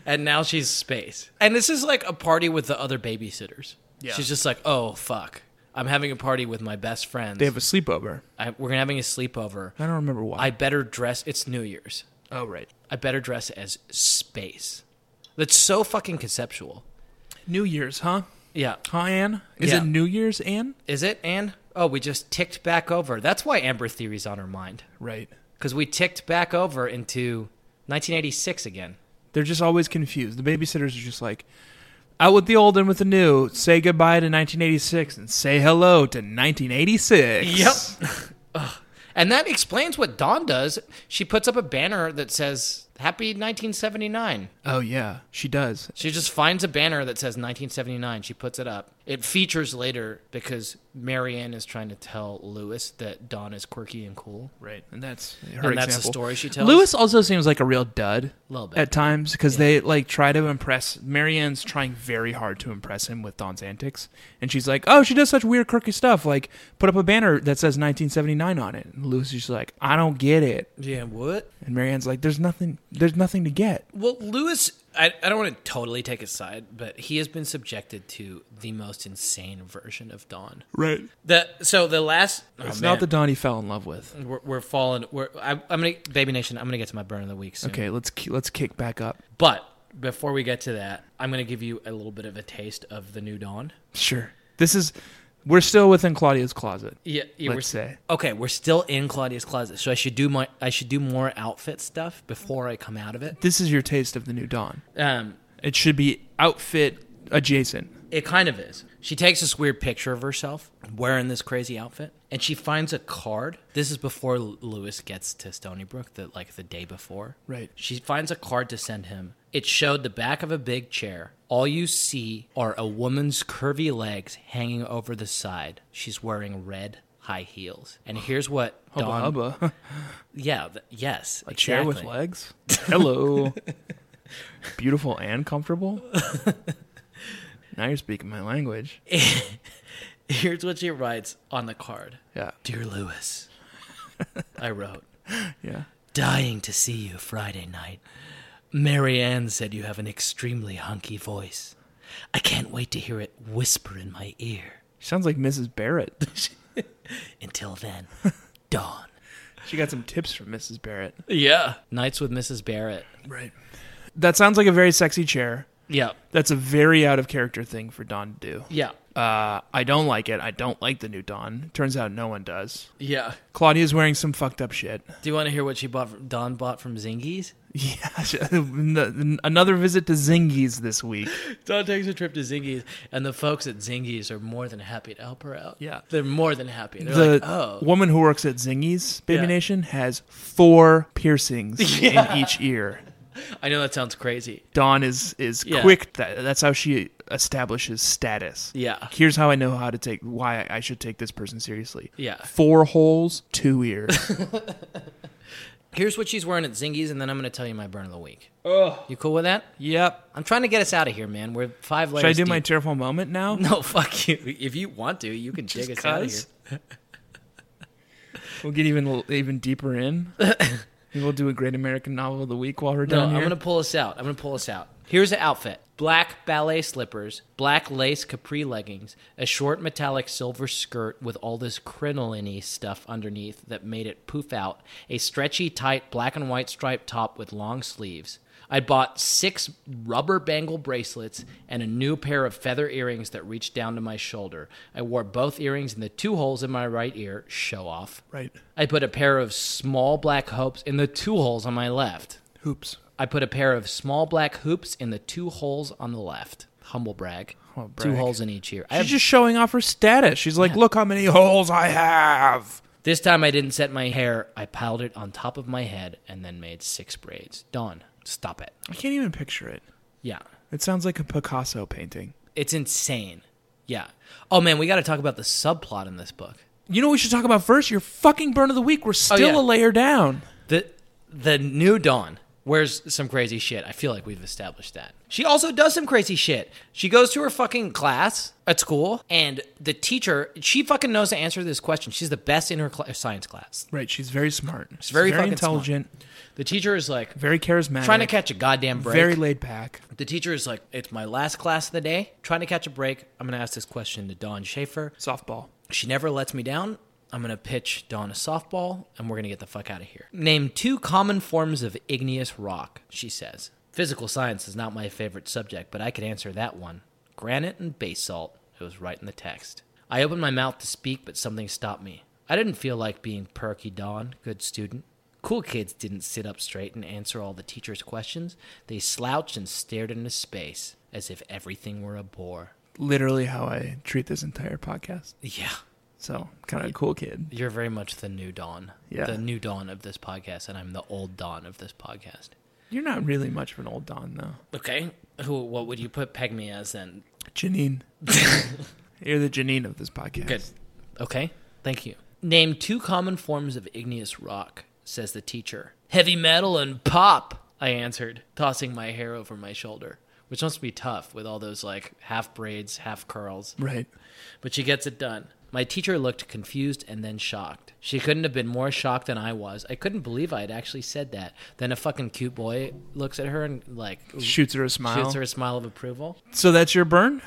and now she's space. And this is like a party with the other babysitters.
Yeah.
She's just like, oh fuck, I'm having a party with my best friends.
They have a sleepover.
I, we're having a sleepover.
I don't remember why.
I better dress. It's New Year's.
oh, right.
I better dress as space. That's so fucking conceptual.
New Year's, huh?
Yeah.
Huh, Anne? Is
Yeah.
it New Year's, Anne?
Is it? And oh, we just ticked back over. That's why Amber Theory's on her mind
Right.
because we ticked back over into 1986 again.
They're just always confused. The babysitters are just like, out with the old and with the new. Say goodbye to 1986 and say hello to 1986.
Yep. And that explains what Dawn does. She puts up a banner that says "Happy 1979."
Oh, yeah. She does.
She just finds a banner that says 1979. She puts it up. It features later because Marianne is trying to tell Lewis that Dawn is quirky and cool.
Right. And that's her
and that's the
example.
story she tells.
Lewis also seems like a real dud
Little bit.
at times because they like try to impress. Marianne's trying very hard to impress him with Dawn's antics, and she's like, "Oh, she does such weird, quirky stuff. Like, put up a banner that says 1979 on it." And Lewis is just like, "I don't get it."
Yeah, what?
And Marianne's like, "There's nothing. There's nothing to get."
Well, Lewis, I, I don't want to totally take his side, but he has been subjected to the most insane version of Dawn.
Right.
The so the last
It's
oh,
not the
man.
Dawn he fell in love with.
we're, we're falling. We're I, I'm gonna baby nation. I'm gonna get to my burn of the week soon.
Okay, let's ki- let's kick back up.
But before we get to that, I'm gonna give you a little bit of a taste of the new Dawn.
Sure. This is we're still within Claudia's closet.
Yeah, yeah
Let's
we're,
say.
Okay, we're still in Claudia's closet, so I should do my I should do more outfit stuff before I come out of it.
This is your taste of the new Dawn.
Um,
It should be outfit adjacent.
it kind of is. She takes this weird picture of herself wearing this crazy outfit, and she finds a card. This is before L- Lewis gets to Stony Brook, the, like the day before.
Right.
She finds a card to send him. It showed the back of a big chair. All you see are a woman's curvy legs hanging over the side. She's wearing red high heels. And here's what Dawn
Hubba hubba.
Yeah. Th- yes. A
chair with legs. Hello. Beautiful and comfortable. now you're speaking my language.
Here's what she writes on the card.
Yeah.
Dear Lewis, I wrote,
Yeah.
dying to see you Friday night. Mary Ann said you have an extremely hunky voice. I can't wait to hear it whisper in my ear.
Sounds like Mrs. Barrett.
Until then, dawn.
She got some tips from Mrs. Barrett.
Yeah. Nights with Mrs. Barrett.
Right. That sounds like a very sexy chair.
Yeah.
That's a very out of character thing for Dawn to do.
Yeah.
Uh, I don't like it. I don't like the new Dawn. Turns out no one does.
Yeah.
Claudia's wearing some fucked up shit.
Do you want to hear what she bought from Dawn bought from Zingies?
Yeah. she- n- Another visit to Zingy's this week.
Don takes a trip to Zingy's, and the folks at Zingy's are more than happy to help her out.
Yeah.
they're more than happy. They're
the
like, oh,
woman who works at Zingy's Baby
Yeah.
Nation has four piercings in each ear.
I know that sounds crazy.
Dawn is is
Yeah.
quick. That, that's how she establishes status.
Yeah.
Here's how I know how to take why I should take this person seriously.
Yeah.
Four holes, two ears.
Here's what she's wearing at Zingy's, and then I'm going to tell you my burn of the week.
Ugh.
You cool with that?
Yep.
I'm trying to get us out of here, man. We're five layers.
Should I do
deep.
my tearful moment now?
No, fuck you. If you want to, you can dig us out of here.
'cause? We'll get even even deeper in. Maybe we'll do a great American novel of the week while we're
No,
done
I'm
here.
gonna pull us out. I'm gonna pull us out. Here's the outfit: black ballet slippers, black lace capri leggings, a short metallic silver skirt with all this crinoline stuff underneath that made it poof out, a stretchy, tight black and white striped top with long sleeves. I bought six rubber bangle bracelets and a new pair of feather earrings that reached down to my shoulder. I wore both earrings in the two holes in my right ear, show off.
Right.
I put a pair of small black hoops in the two holes on my left.
Hoops.
I put a pair of small black hoops in the two holes on the left. Humble brag.
Humble
Two
Oh, brag.
holes in each ear. I
She's
have,
just showing off her status. She's like, look how many holes I have.
this time I didn't set my hair. I piled it on top of my head and then made six braids. Dawn, stop it.
I can't even picture it.
Yeah.
It sounds like a Picasso painting.
It's insane. Yeah. Oh man, we got to talk about the subplot in this book.
You know what we should talk about first? Your fucking burn of the week. We're still
yeah.
a layer down.
The the new Dawn wears some crazy shit. I feel like we've established that. She also does some crazy shit. She goes to her fucking class at school, and the teacher she fucking knows the answer to this question. She's the best in her cla science class.
Right. She's very smart. She's
very
very
fucking smart.
intelligent.
The teacher is like
Very charismatic.
trying to catch a goddamn break.
Very laid back.
the teacher is like, it's my last class of the day. Trying to catch a break. I'm gonna ask this question to Dawn Schaefer.
Softball.
She never lets me down. I'm going to pitch Dawn a softball and we're going to get the fuck out of here. Name two common forms of igneous rock, she says. Physical science is not my favorite subject, but I could answer that one. Granite and basalt. It was right in the text. I opened my mouth to speak, but something stopped me. I didn't feel like being perky Dawn, good student. Cool kids didn't sit up straight and answer all the teacher's questions. They slouched and stared into space as if everything were a bore.
Literally how I treat this entire podcast.
Yeah.
So, kind of a cool kid.
You're very much the new dawn.
Yeah.
The new dawn of this podcast, and I'm the old dawn of this podcast.
You're not really much of an old Don, though.
Okay. Who? What would you put Peg me as then?
Janine. You're the Janine of this podcast.
Good. Okay. Thank you. Name two common forms of igneous rock, says the teacher. Heavy metal and pop, I answered, tossing my hair over my shoulder, which must be tough with all those like half braids, half curls.
Right.
But she gets it done. My teacher looked confused and then shocked. She couldn't have been more shocked than I was. I couldn't believe I had actually said that. Then a fucking cute boy looks at her and like
Shoots her a smile.
shoots her a smile of approval.
So that's your burn?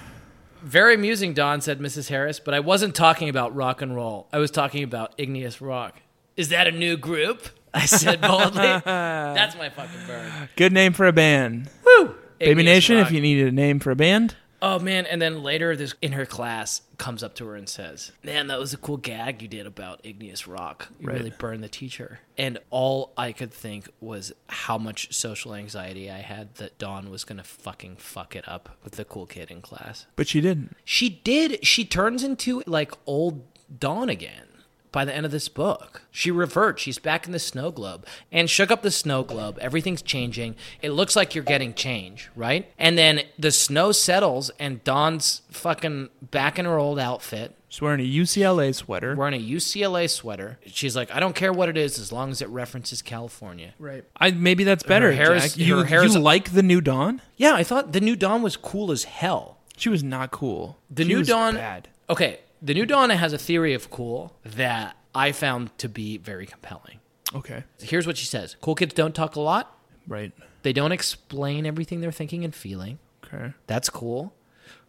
Very amusing, Don said Mrs. Harris, but I wasn't talking about rock and roll. I was talking about igneous rock. Is that a new group? I said boldly. That's my fucking burn.
Good name for a band.
Woo!
Baby
Igneous
Nation,
rock.
if you needed a name for a band.
Oh man! And then later, this in her class comes up to her and says, "Man, that was a cool gag you did about igneous rock. You
Right.
really burned the teacher." And all I could think was how much social anxiety I had that Dawn was gonna fucking fuck it up with the cool kid in class.
But she didn't.
She did. She turns into like old Dawn again by the end of this book. She reverts. She's back in the snow globe and shook up the snow globe. Everything's changing. It looks like you're getting change, right? And then the snow settles and Dawn's fucking back in her old outfit.
She's wearing a UCLA sweater.
Wearing a UCLA sweater. She's like, I don't care what it is as long as it references California.
Right. I, maybe that's better.
hair is-
Jack. you,
her hair
you
is-
like the new Dawn?
Yeah, I thought the new Dawn was cool as hell.
She was not cool.
The
She
New
was
Dawn.
Bad.
Okay, the New Dawn has a theory of cool that I found to be very compelling.
Okay.
Here's what she says: Cool kids don't talk a lot.
Right.
They don't explain everything they're thinking and feeling.
Okay.
That's cool.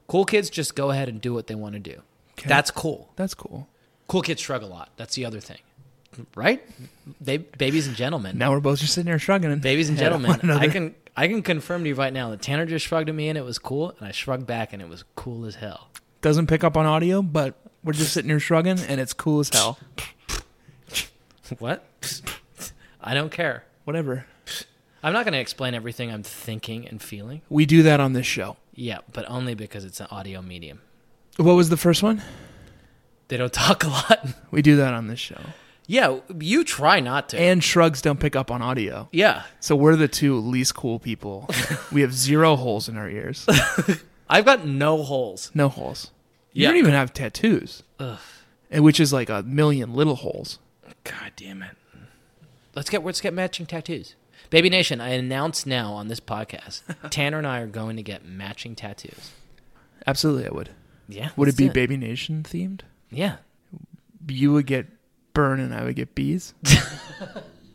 Cool kids just go ahead and do what they want to do.
Okay.
That's cool.
That's cool.
Cool kids shrug a lot. That's the other thing, right? They babies and gentlemen.
Now we're both just sitting here shrugging. And
Babies and
head at one
gentlemen,
another.
I can I can confirm to you right now that Tanner just shrugged at me and it was cool, and I shrugged back and it was cool as hell.
Doesn't pick up on audio, but we're just sitting here shrugging, and it's cool as hell.
What? I don't care.
Whatever.
I'm not going to explain everything I'm thinking and feeling.
We do that on this show.
Yeah, but only because it's an audio medium.
What was the first one?
They don't talk a lot.
We do that on this show.
yeah, you try not to.
And shrugs don't pick up on audio.
yeah.
So we're the two least cool people. we have zero holes in our ears.
I've got no holes.
No holes. You
Yeah.
don't even have tattoos,
Ugh.
and which is like a million little holes.
God damn it. Let's get let's get matching tattoos. Baby Nation, I announce now on this podcast, Tanner and I are going to get matching tattoos.
Absolutely, I would.
Yeah.
Would
let's
it be
do
Baby Nation themed?
Yeah.
You would get burn and I would get bees.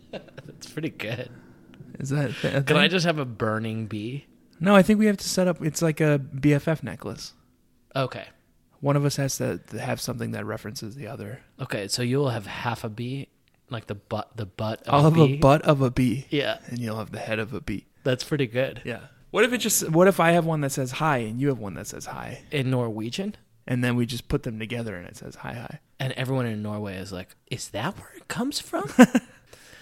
It's pretty good.
Is that? a thi- a
Can I
thing?
just have a burning bee?
No, I think we have to set up. It's like a BFF necklace.
Okay.
One of us has to to have something that references the other.
Okay, so you'll have half a bee, like the butt the butt of
I'll
a
have
bee.
a butt of a bee,
Yeah.
and you'll have the head of a bee.
That's pretty good.
Yeah. What if it just? What if I have one that says hi and you have one that says hi,
In Norwegian?
and then we just put them together and it says hi hi?
And everyone in Norway is like, is that where it comes from?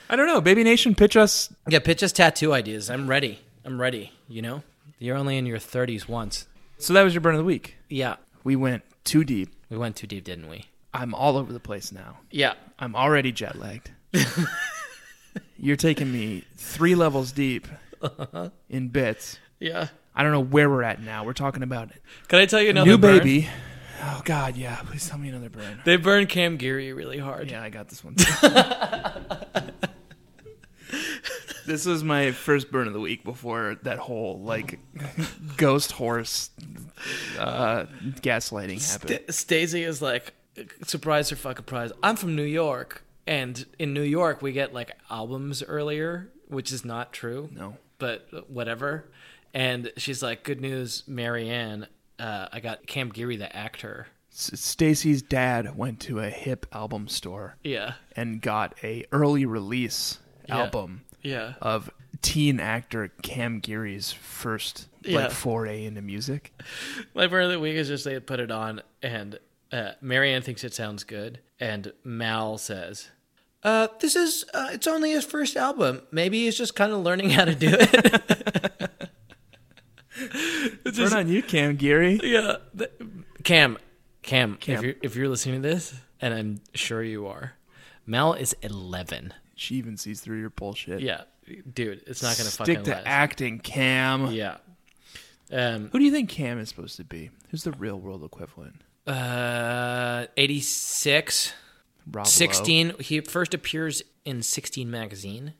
I don't know. Baby Nation, pitch us.
yeah, pitch us tattoo ideas. I'm ready. I'm ready, you know? You're only in your 30s once.
So that was your burn of the week.
Yeah.
We went too deep.
We went too deep, didn't we?
I'm all over the place now.
Yeah.
I'm already jet lagged. You're taking me three levels deep in bits.
Yeah.
I don't know where we're at now. We're talking about
Can I tell you another
new
burn?
baby. Oh God, yeah. Please tell me another burn.
They burned Cam Geary really hard.
Yeah, I got this one. this was my first burn of the week before that whole like ghost horse uh, gaslighting happened.
St- Stacey is like, surprise or fuck a prize. I'm from New York, and in New York we get like albums earlier, which is not true.
No.
but whatever. And she's like, good news, Marianne. Uh, I got Cam Geary, the actor.
S- Stacy's dad went to a hip album store
Yeah,
and got a early release album
yeah.
of teen actor Cam Geary's first
Yeah.
like foray into music.
My burn of the week is just they put it on, and uh, Marianne thinks it sounds good, and Mal says, uh, "This is uh, it's only his first album. Maybe he's just kind of learning how to do it."
Burn on you, Cam Geary.
yeah, th- Cam, Cam, if
Cam.
you're if you're listening to this, and I'm sure you are, Mal is 11.
She even sees through your bullshit.
Yeah, dude, it's not gonna
Stick
fucking
to
last.
acting, Cam.
yeah. Um,
Who do you think Cam is supposed to be? Who's the real world equivalent?
Uh, 86
Rob Lowe.
16 he first appears in 16 magazine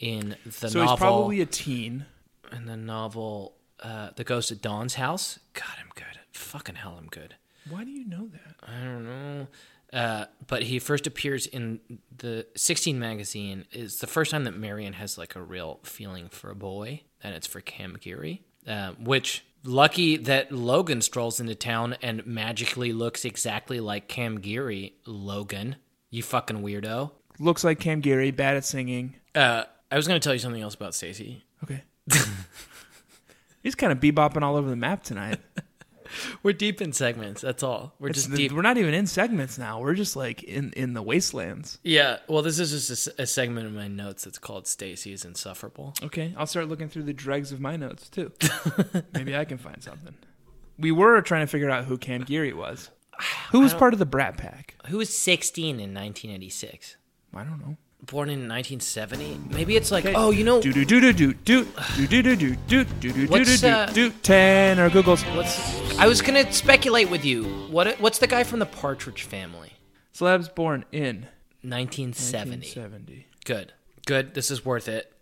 in the
So
novel
he's probably a teen.
in the novel uh, the ghost at dawn's house god i'm good fucking hell i'm good
Why do you know that?
i don't know uh, but he first appears in the 16 magazine is the first time that marion has like a real feeling for a boy and it's for cam geary uh, which lucky that logan strolls into town and magically looks exactly like cam geary logan you fucking weirdo
Looks like Cam Geary, bad at singing.
uh, i was going to tell you something else about stacy
Okay. he's kind of bebopping all over the map tonight.
we're deep in segments that's all we're
It's
just
the-
deep
We're not even in segments now. We're just like in, in the wastelands.
yeah well this is just a s- a, segment of my notes that's called stacy is insufferable
Okay, I'll start looking through the dregs of my notes too. Maybe I can find something. We were trying to figure out who Cam Geary was. Who was part of the Brat Pack?
who was 16 in 1986
I don't know.
born in 1970 maybe it's like oh you know
Do do do do do do do do do do do do do do
What's,
do
uh,
do ten or Google's.
what's i was gonna speculate with you what what's the guy from the partridge family
Celebs born in
1970
1970.
good good this is worth it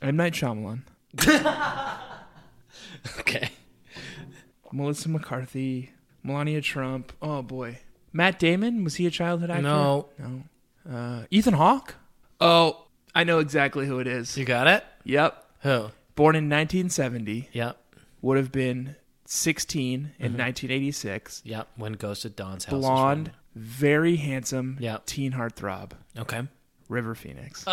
M Night Shyamalan,
okay
Melissa McCarthy, Melania Trump. Oh boy, Matt Damon was he a childhood actor?
No.
no. Uh, Ethan Hawke. Oh, I know exactly who it is.
you got it
Yep,
who
born in 1970,
yep
would have been 16 in 1986.
yep when ghost at dawn's house was
Blonde, very handsome,
Yep.
teen heartthrob.
filmed. okay
River Phoenix.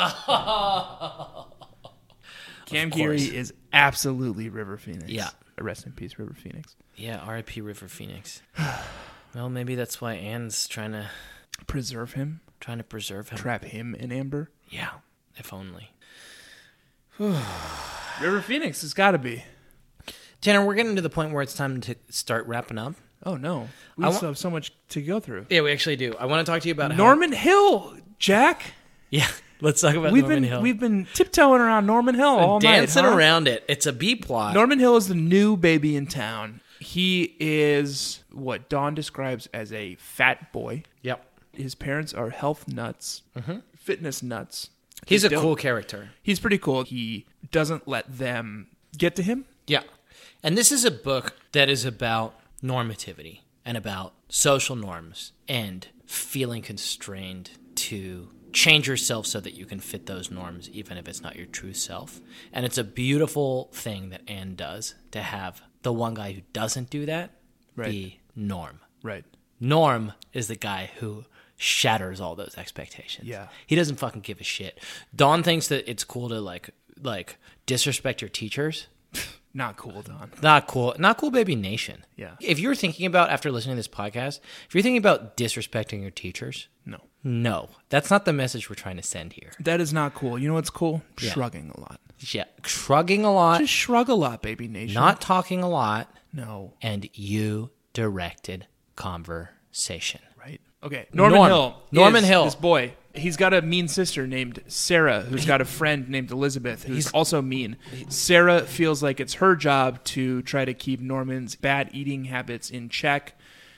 Cam Geary is absolutely River Phoenix.
Yeah.
Rest in peace, River Phoenix.
yeah rip river phoenix well maybe that's why anne's trying to
Preserve him,
trying to preserve him
trap him in amber.
yeah if only
River Phoenix has got to be.
tanner we're getting to the point where it's time to start wrapping up
Oh, no. We
I wa-
still have so much to go through.
yeah we actually do i want to talk to you about how-
Norman Hill, Jack.
yeah let's talk about
We've
norman
been
hill
we've been tiptoeing around Norman Hill all
dancing
night. huh?
around it. It's a B plot.
Norman Hill is the new baby in town. He is what Don describes as a fat boy.
yep.
his parents are health nuts, fitness nuts.
Mm-hmm. He's a
dope.
cool character.
He's pretty cool. He doesn't let them get to him.
Yeah. And this is a book that is about normativity and about social norms and feeling constrained to change yourself so that you can fit those norms, even if it's not your true self. And it's a beautiful thing that Anne does to have the one guy who doesn't do that be Norm.
Right.
Norm is the guy who shatters all those expectations.
Yeah.
He doesn't fucking give a shit. Don thinks that it's cool to like like disrespect your teachers.
Not cool, Don.
Not cool. Not cool, baby nation.
Yeah.
If you're thinking about after listening to this podcast, if you're thinking about disrespecting your teachers,
No.
no, that's not the message we're trying to send here.
That is not cool. You know what's cool? Shrugging a lot.
Yeah, shrugging a lot,
Just shrug a lot, baby nation.
not talking a lot,
no.
and you directed conversation.
Right. Okay. Norman
Norm.
Hill.
Norman
is
Hill.
This boy. He's got a mean sister named Sarah, who's got a friend named Elizabeth, who's also mean. Sarah feels like it's her job to try to keep Norman's bad eating habits in check.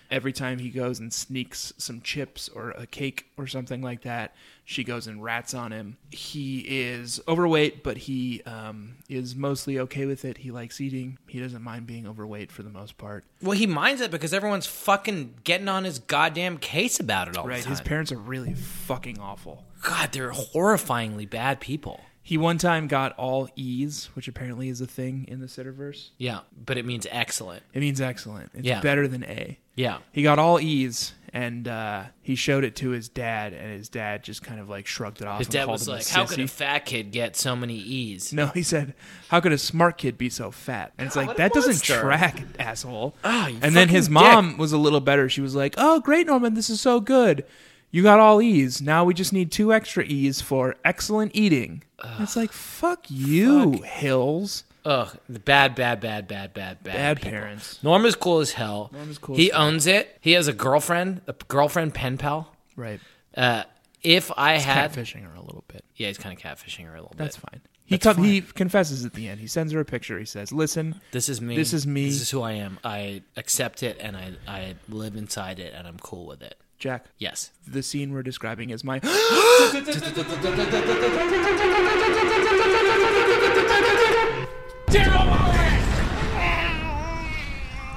Every time he goes and sneaks some chips or a cake or something like that, she goes and rats on him. He is overweight, but he um, is mostly okay with it. He likes eating. He doesn't mind being overweight for the most part.
Well, he minds it because everyone's fucking getting on his goddamn case about it all
Right.
the time.
His parents are really fucking awful.
God, they're horrifyingly bad people.
He one time got all E's, which apparently is a thing in the Sitterverse.
Yeah, but it means excellent.
It means excellent. It's
Yeah.
better than A.
Yeah.
He got all E's, and uh, he showed it to his dad, and his dad just kind of like shrugged it off.
His
and
dad
called
was
him a
like, "How could a
sissy."
fat kid get so many E's?"
No, he said, "How could a smart kid be so fat?" And it's like that doesn't
monster.
track, asshole.
Ah, you
and then
fucking
his
dick.
mom was a little better. She was like, "Oh, great, Norman, this is so good. You got all E's. Now we just need two extra E's for excellent eating." And it's like, "Fuck you, Hills."
Ugh, the bad, bad, bad, bad, bad, bad.
Bad
people.
parents.
Norm is cool as hell. Norm
is cool
He
as
owns it. He has a girlfriend, a p- girlfriend pen pal.
Right.
Uh, if I had,
catfishing her a little bit.
yeah, he's kind of catfishing her a little
That's
bit.
fine. He co- he confesses at the end. He sends her a picture. He says, "Listen,
This is me.
This is me,
This is who I am. I accept it, and I I live inside it, and I'm cool with it.
Jack."
Yes.
The scene we're describing is my.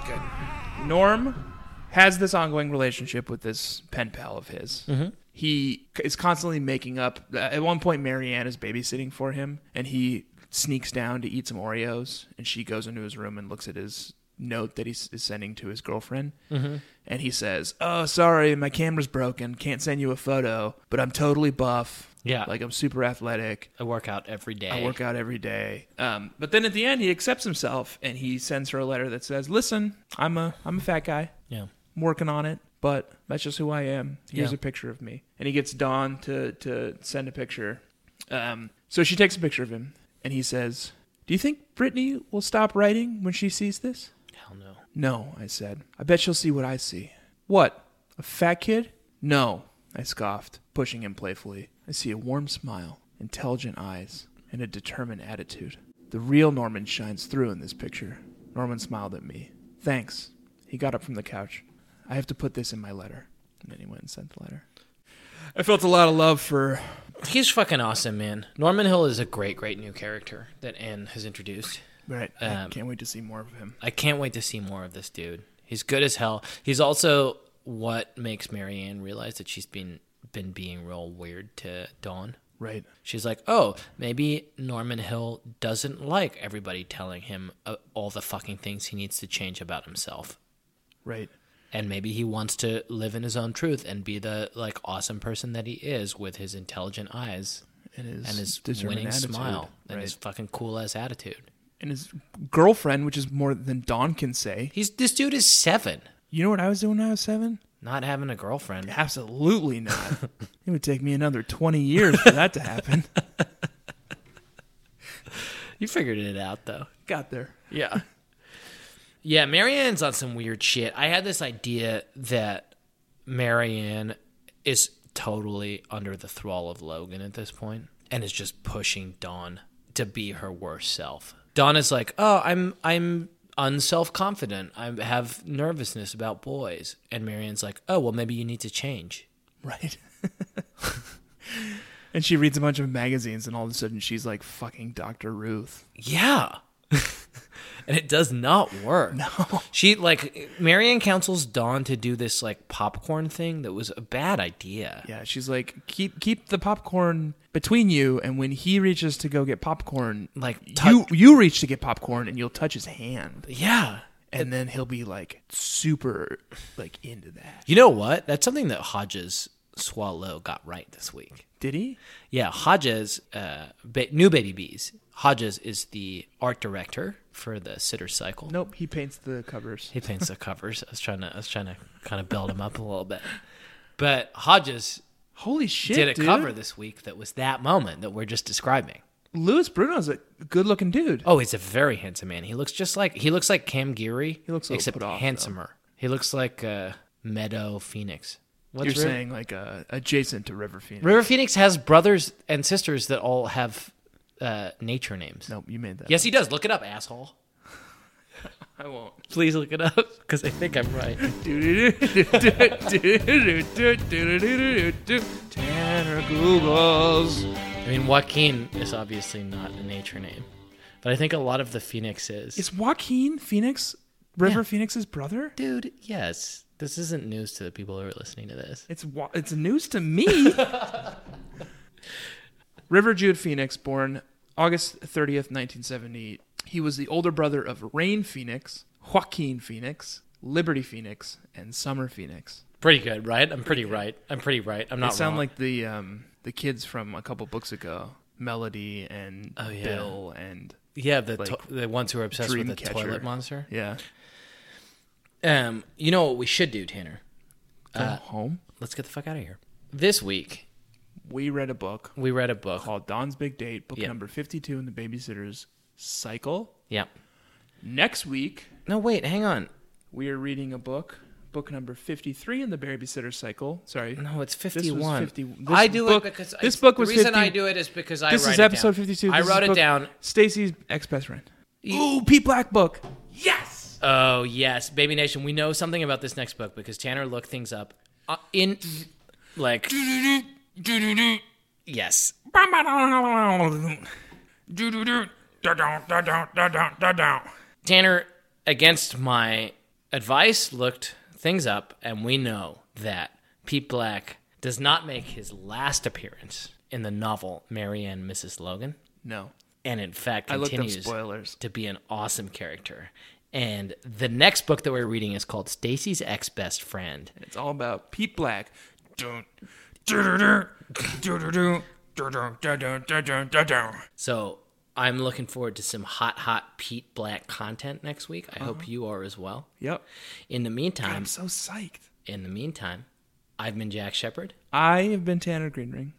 Good. Norm has this ongoing relationship with this pen pal of his. He c- is constantly making up. uh, At one point, Marianne is babysitting for him, and he sneaks down to eat some Oreos, and she goes into his room and looks at his note that he s- is sending to his girlfriend. And he says, Oh, sorry, my camera's broken. Can't send you a photo, but I'm totally buff.
Yeah.
Like, I'm super athletic.
I work out every day.
I work out every day. Um, but then at the end, he accepts himself and he sends her a letter that says, "Listen, I'm a I'm a fat guy.
Yeah.
I'm working on it, but that's just who I am. Here's
Yeah.
a picture of me." And he gets Dawn to to send a picture. Um, so she takes a picture of him, and he says, "Do you think Brittany will stop writing when she sees this?"
Hell no.
No, I said. I bet she'll see what I see. What? A fat kid? No, I scoffed, pushing him playfully. I see a warm smile, intelligent eyes, and a determined attitude. The real Norman shines through in this picture. Norman smiled at me. Thanks. He got up from the couch. I have to put this in my letter. And then he went and sent the letter. I felt a lot of love for.
He's fucking awesome, man. Norman Hill is a great, great new character that Anne has introduced.
Right. I
Um,
can't wait to see more of him.
I can't wait to see more of this dude. He's good as hell. He's also what makes Marianne realize that she's been been being real weird to Dawn.
Right.
She's like, "Oh, maybe Norman Hill doesn't like everybody telling him uh, all the fucking things he needs to change about himself."
Right.
And maybe he wants to live in his own truth and be the like awesome person that he is with his intelligent eyes
And his,
and his
determined
winning
attitude.
smile and
Right.
his fucking cool ass attitude.
and his girlfriend, which is more than Dawn can say.
He's this dude is seven,
You know what I was doing when I was seven?
not having a girlfriend.
Absolutely not. it would take me another 20 years for that to happen.
You figured it out though.
Got there.
Yeah. Yeah, Marianne's on some weird shit. I had this idea that Marianne is totally under the thrall of Logan at this point and is just pushing Dawn to be her worst self. Dawn is like, "Oh, I'm I'm unself-confident. I have nervousness about boys." And Marianne's like, "Oh, well maybe you need to change."
Right. and And she reads a bunch of magazines, and all of a sudden she's like fucking Dr. Ruth.
Yeah. and it does not work. No. She like Marianne counsels Dawn to do this like popcorn thing that was a bad idea.
Yeah, she's like, keep keep the popcorn between you, and when he reaches to go get popcorn,
Like,
you you reach to get popcorn, and you'll touch his hand,
Yeah.
and then he'll be like super like into that.
You know what? That's something that Hodges Swallow got right this week.
Did he?
Yeah, Hodges, uh, ba- new Baby Bees. Hodges is the art director for the Sitter Cycle.
Nope. He paints the covers.
He paints the covers. I was trying to, I was trying to kind of build him up a little bit. But Hodges
Holy shit!
did a
dude.
cover this week that was that moment that we're just describing.
Louis Bruno's a good looking dude.
Oh, he's a very handsome man. He looks just like he looks like Cam Geary. He
looks a little
except
put off, though.
handsomer. He looks like uh, Meadow Phoenix. What's
You're
Riv-
saying like uh, adjacent to River Phoenix.
River Phoenix has brothers and sisters that all have uh, nature names.
Nope, you made that.
Yes, he does. Look it up, asshole.
I won't.
Please look it up because I think I'm right.
Tanner Googles.
I mean, Joaquin is obviously not a nature name, but I think a lot of the Phoenix is.
Is Joaquin Phoenix River Phoenix's brother?
Dude, yes. This isn't news to the people who are listening to this.
It's wa- it's news to me. River Jude Phoenix, born August 30th, 1970. He was the older brother of Rain Phoenix, Joaquin Phoenix, Liberty Phoenix, and Summer Phoenix.
Pretty good, right? I'm pretty right. I'm pretty right. I'm not
They sound
wrong.
like the um, the kids from a couple books ago, Melody and
Oh, yeah.
Bill and
yeah, the
like,
to- the ones who are obsessed with the
Dreamcatcher.
toilet monster.
yeah.
Um, you know what we should do, Tanner?
Go
Uh,
home.
Let's get the fuck out of here. This week
We read a book
we read a book.
called Don's Big Date, book
Yeah.
number 52 in the Babysitter's Cycle.
Yeah.
Next week,
No, wait, hang on.
we are reading a book, book number 53 in the Babysitter's Cycle. Sorry.
No, it's
was
51.
50 this
I do
book-
it because
this
I,
book was
the reason
50
I do it is because I
This
write
is
it
episode
down.
52.
I
This
wrote it
is book-
down.
Stacy's ex best friend. Ooh, Pete Black book.
Oh yes, Baby Nation. We know something about this next book because Tanner looked things up uh, in like. Yes. Tanner, against my advice, looked things up, and we know that Pete Black does not make his last appearance in the novel Mary and Mrs. Logan,
No.
and in fact
I looked up
continues
spoilers.
to be an awesome character. And the next book that we're reading is called Stacy's Ex Best Friend.
It's all about Pete Black. Dun,
So I'm looking forward to some hot, hot Pete Black content next week. I hope you are as well.
Yep.
In the meantime,
I'm so psyched.
in the meantime, I've been Jack Shepard,
I have been Tanner Greenring.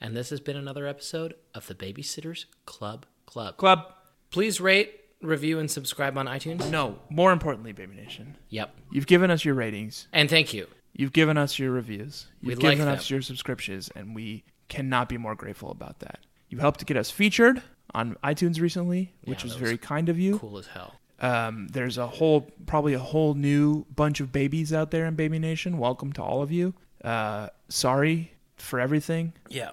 and this has been another episode of the Babysitters Club Club.
Club.
Please rate, review, and subscribe on iTunes.
No, more importantly, Baby Nation.
Yep.
You've given us your ratings.
And thank you.
You've given us your reviews.
We
You've
like
given
them.
us your subscriptions, and we cannot be more grateful about that. You helped to get us featured on iTunes recently, which
Yeah,
was
that
very
was
kind of you.
Cool as hell.
Um, there's a whole, probably a whole new bunch of babies out there in Baby Nation. Welcome to all of you. Uh, sorry for everything.
Yeah.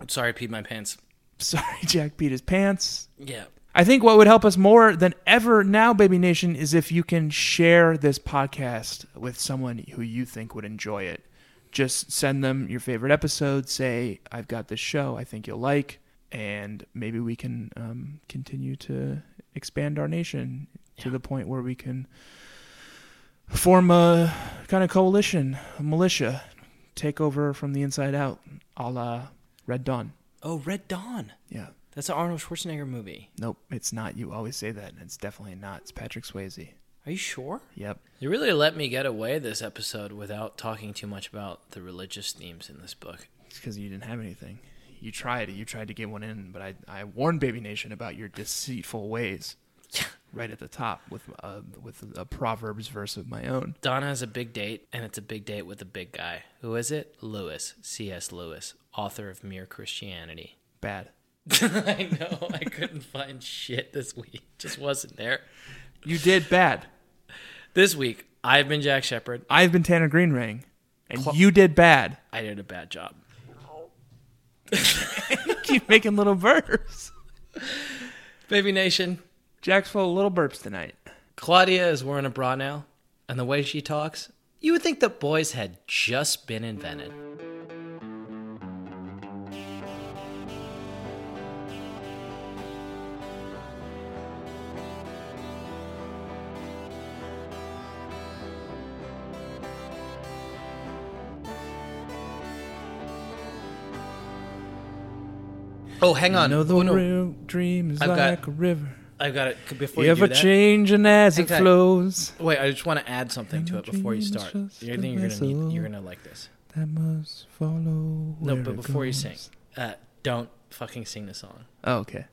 I'm sorry, I peed my pants.
Sorry, Jack beat his pants.
Yeah.
I think what would help us more than ever now, Baby Nation, is if you can share this podcast with someone who you think would enjoy it. Just send them your favorite episode, say, I've got this show I think you'll like, and maybe we can um, continue to expand our nation to the point where we can form a kind of coalition, a militia, take over from the inside out, a la Red Dawn.
Oh, Red Dawn.
Yeah.
That's an Arnold Schwarzenegger movie.
Nope, it's not. You always say that, and it's definitely not. It's Patrick Swayze.
Are you sure?
Yep.
You really let me get away this episode without talking too much about the religious themes in this book.
It's because you didn't have anything. You tried. You tried to get one in, but I, I warned Baby Nation about your deceitful ways. right at the top with uh, with a Proverbs verse of my own.
Donna has a big date, and it's a big date with a big guy. Who is it? Lewis, C.S. Lewis, author of Mere Christianity.
Bad.
I know, I couldn't find shit this week. Just wasn't there.
You did bad.
This week, I've been Jack Shepard.
I've been Tanner Greenring, and you did bad.
I did a bad job.
Keep making little burps.
Baby Nation,
Jack's full of little burps tonight.
Claudia is wearing a bra now, and the way she talks, you would think that boys had just been invented. Oh, hang on.
Know the
Oh, no.
real dream is
I've got-
like a river,
I've got it. Before you do
ever
that,
changing as it
Hang tight.
flows.
Wait, I just want to add something to it before you
Dreams
start. I
just
think you're gonna
vessel.
need, you're gonna like this.
That must follow.
No,
where
but
it
before you
goes.
sing, uh, don't fucking sing the song.
Oh, okay.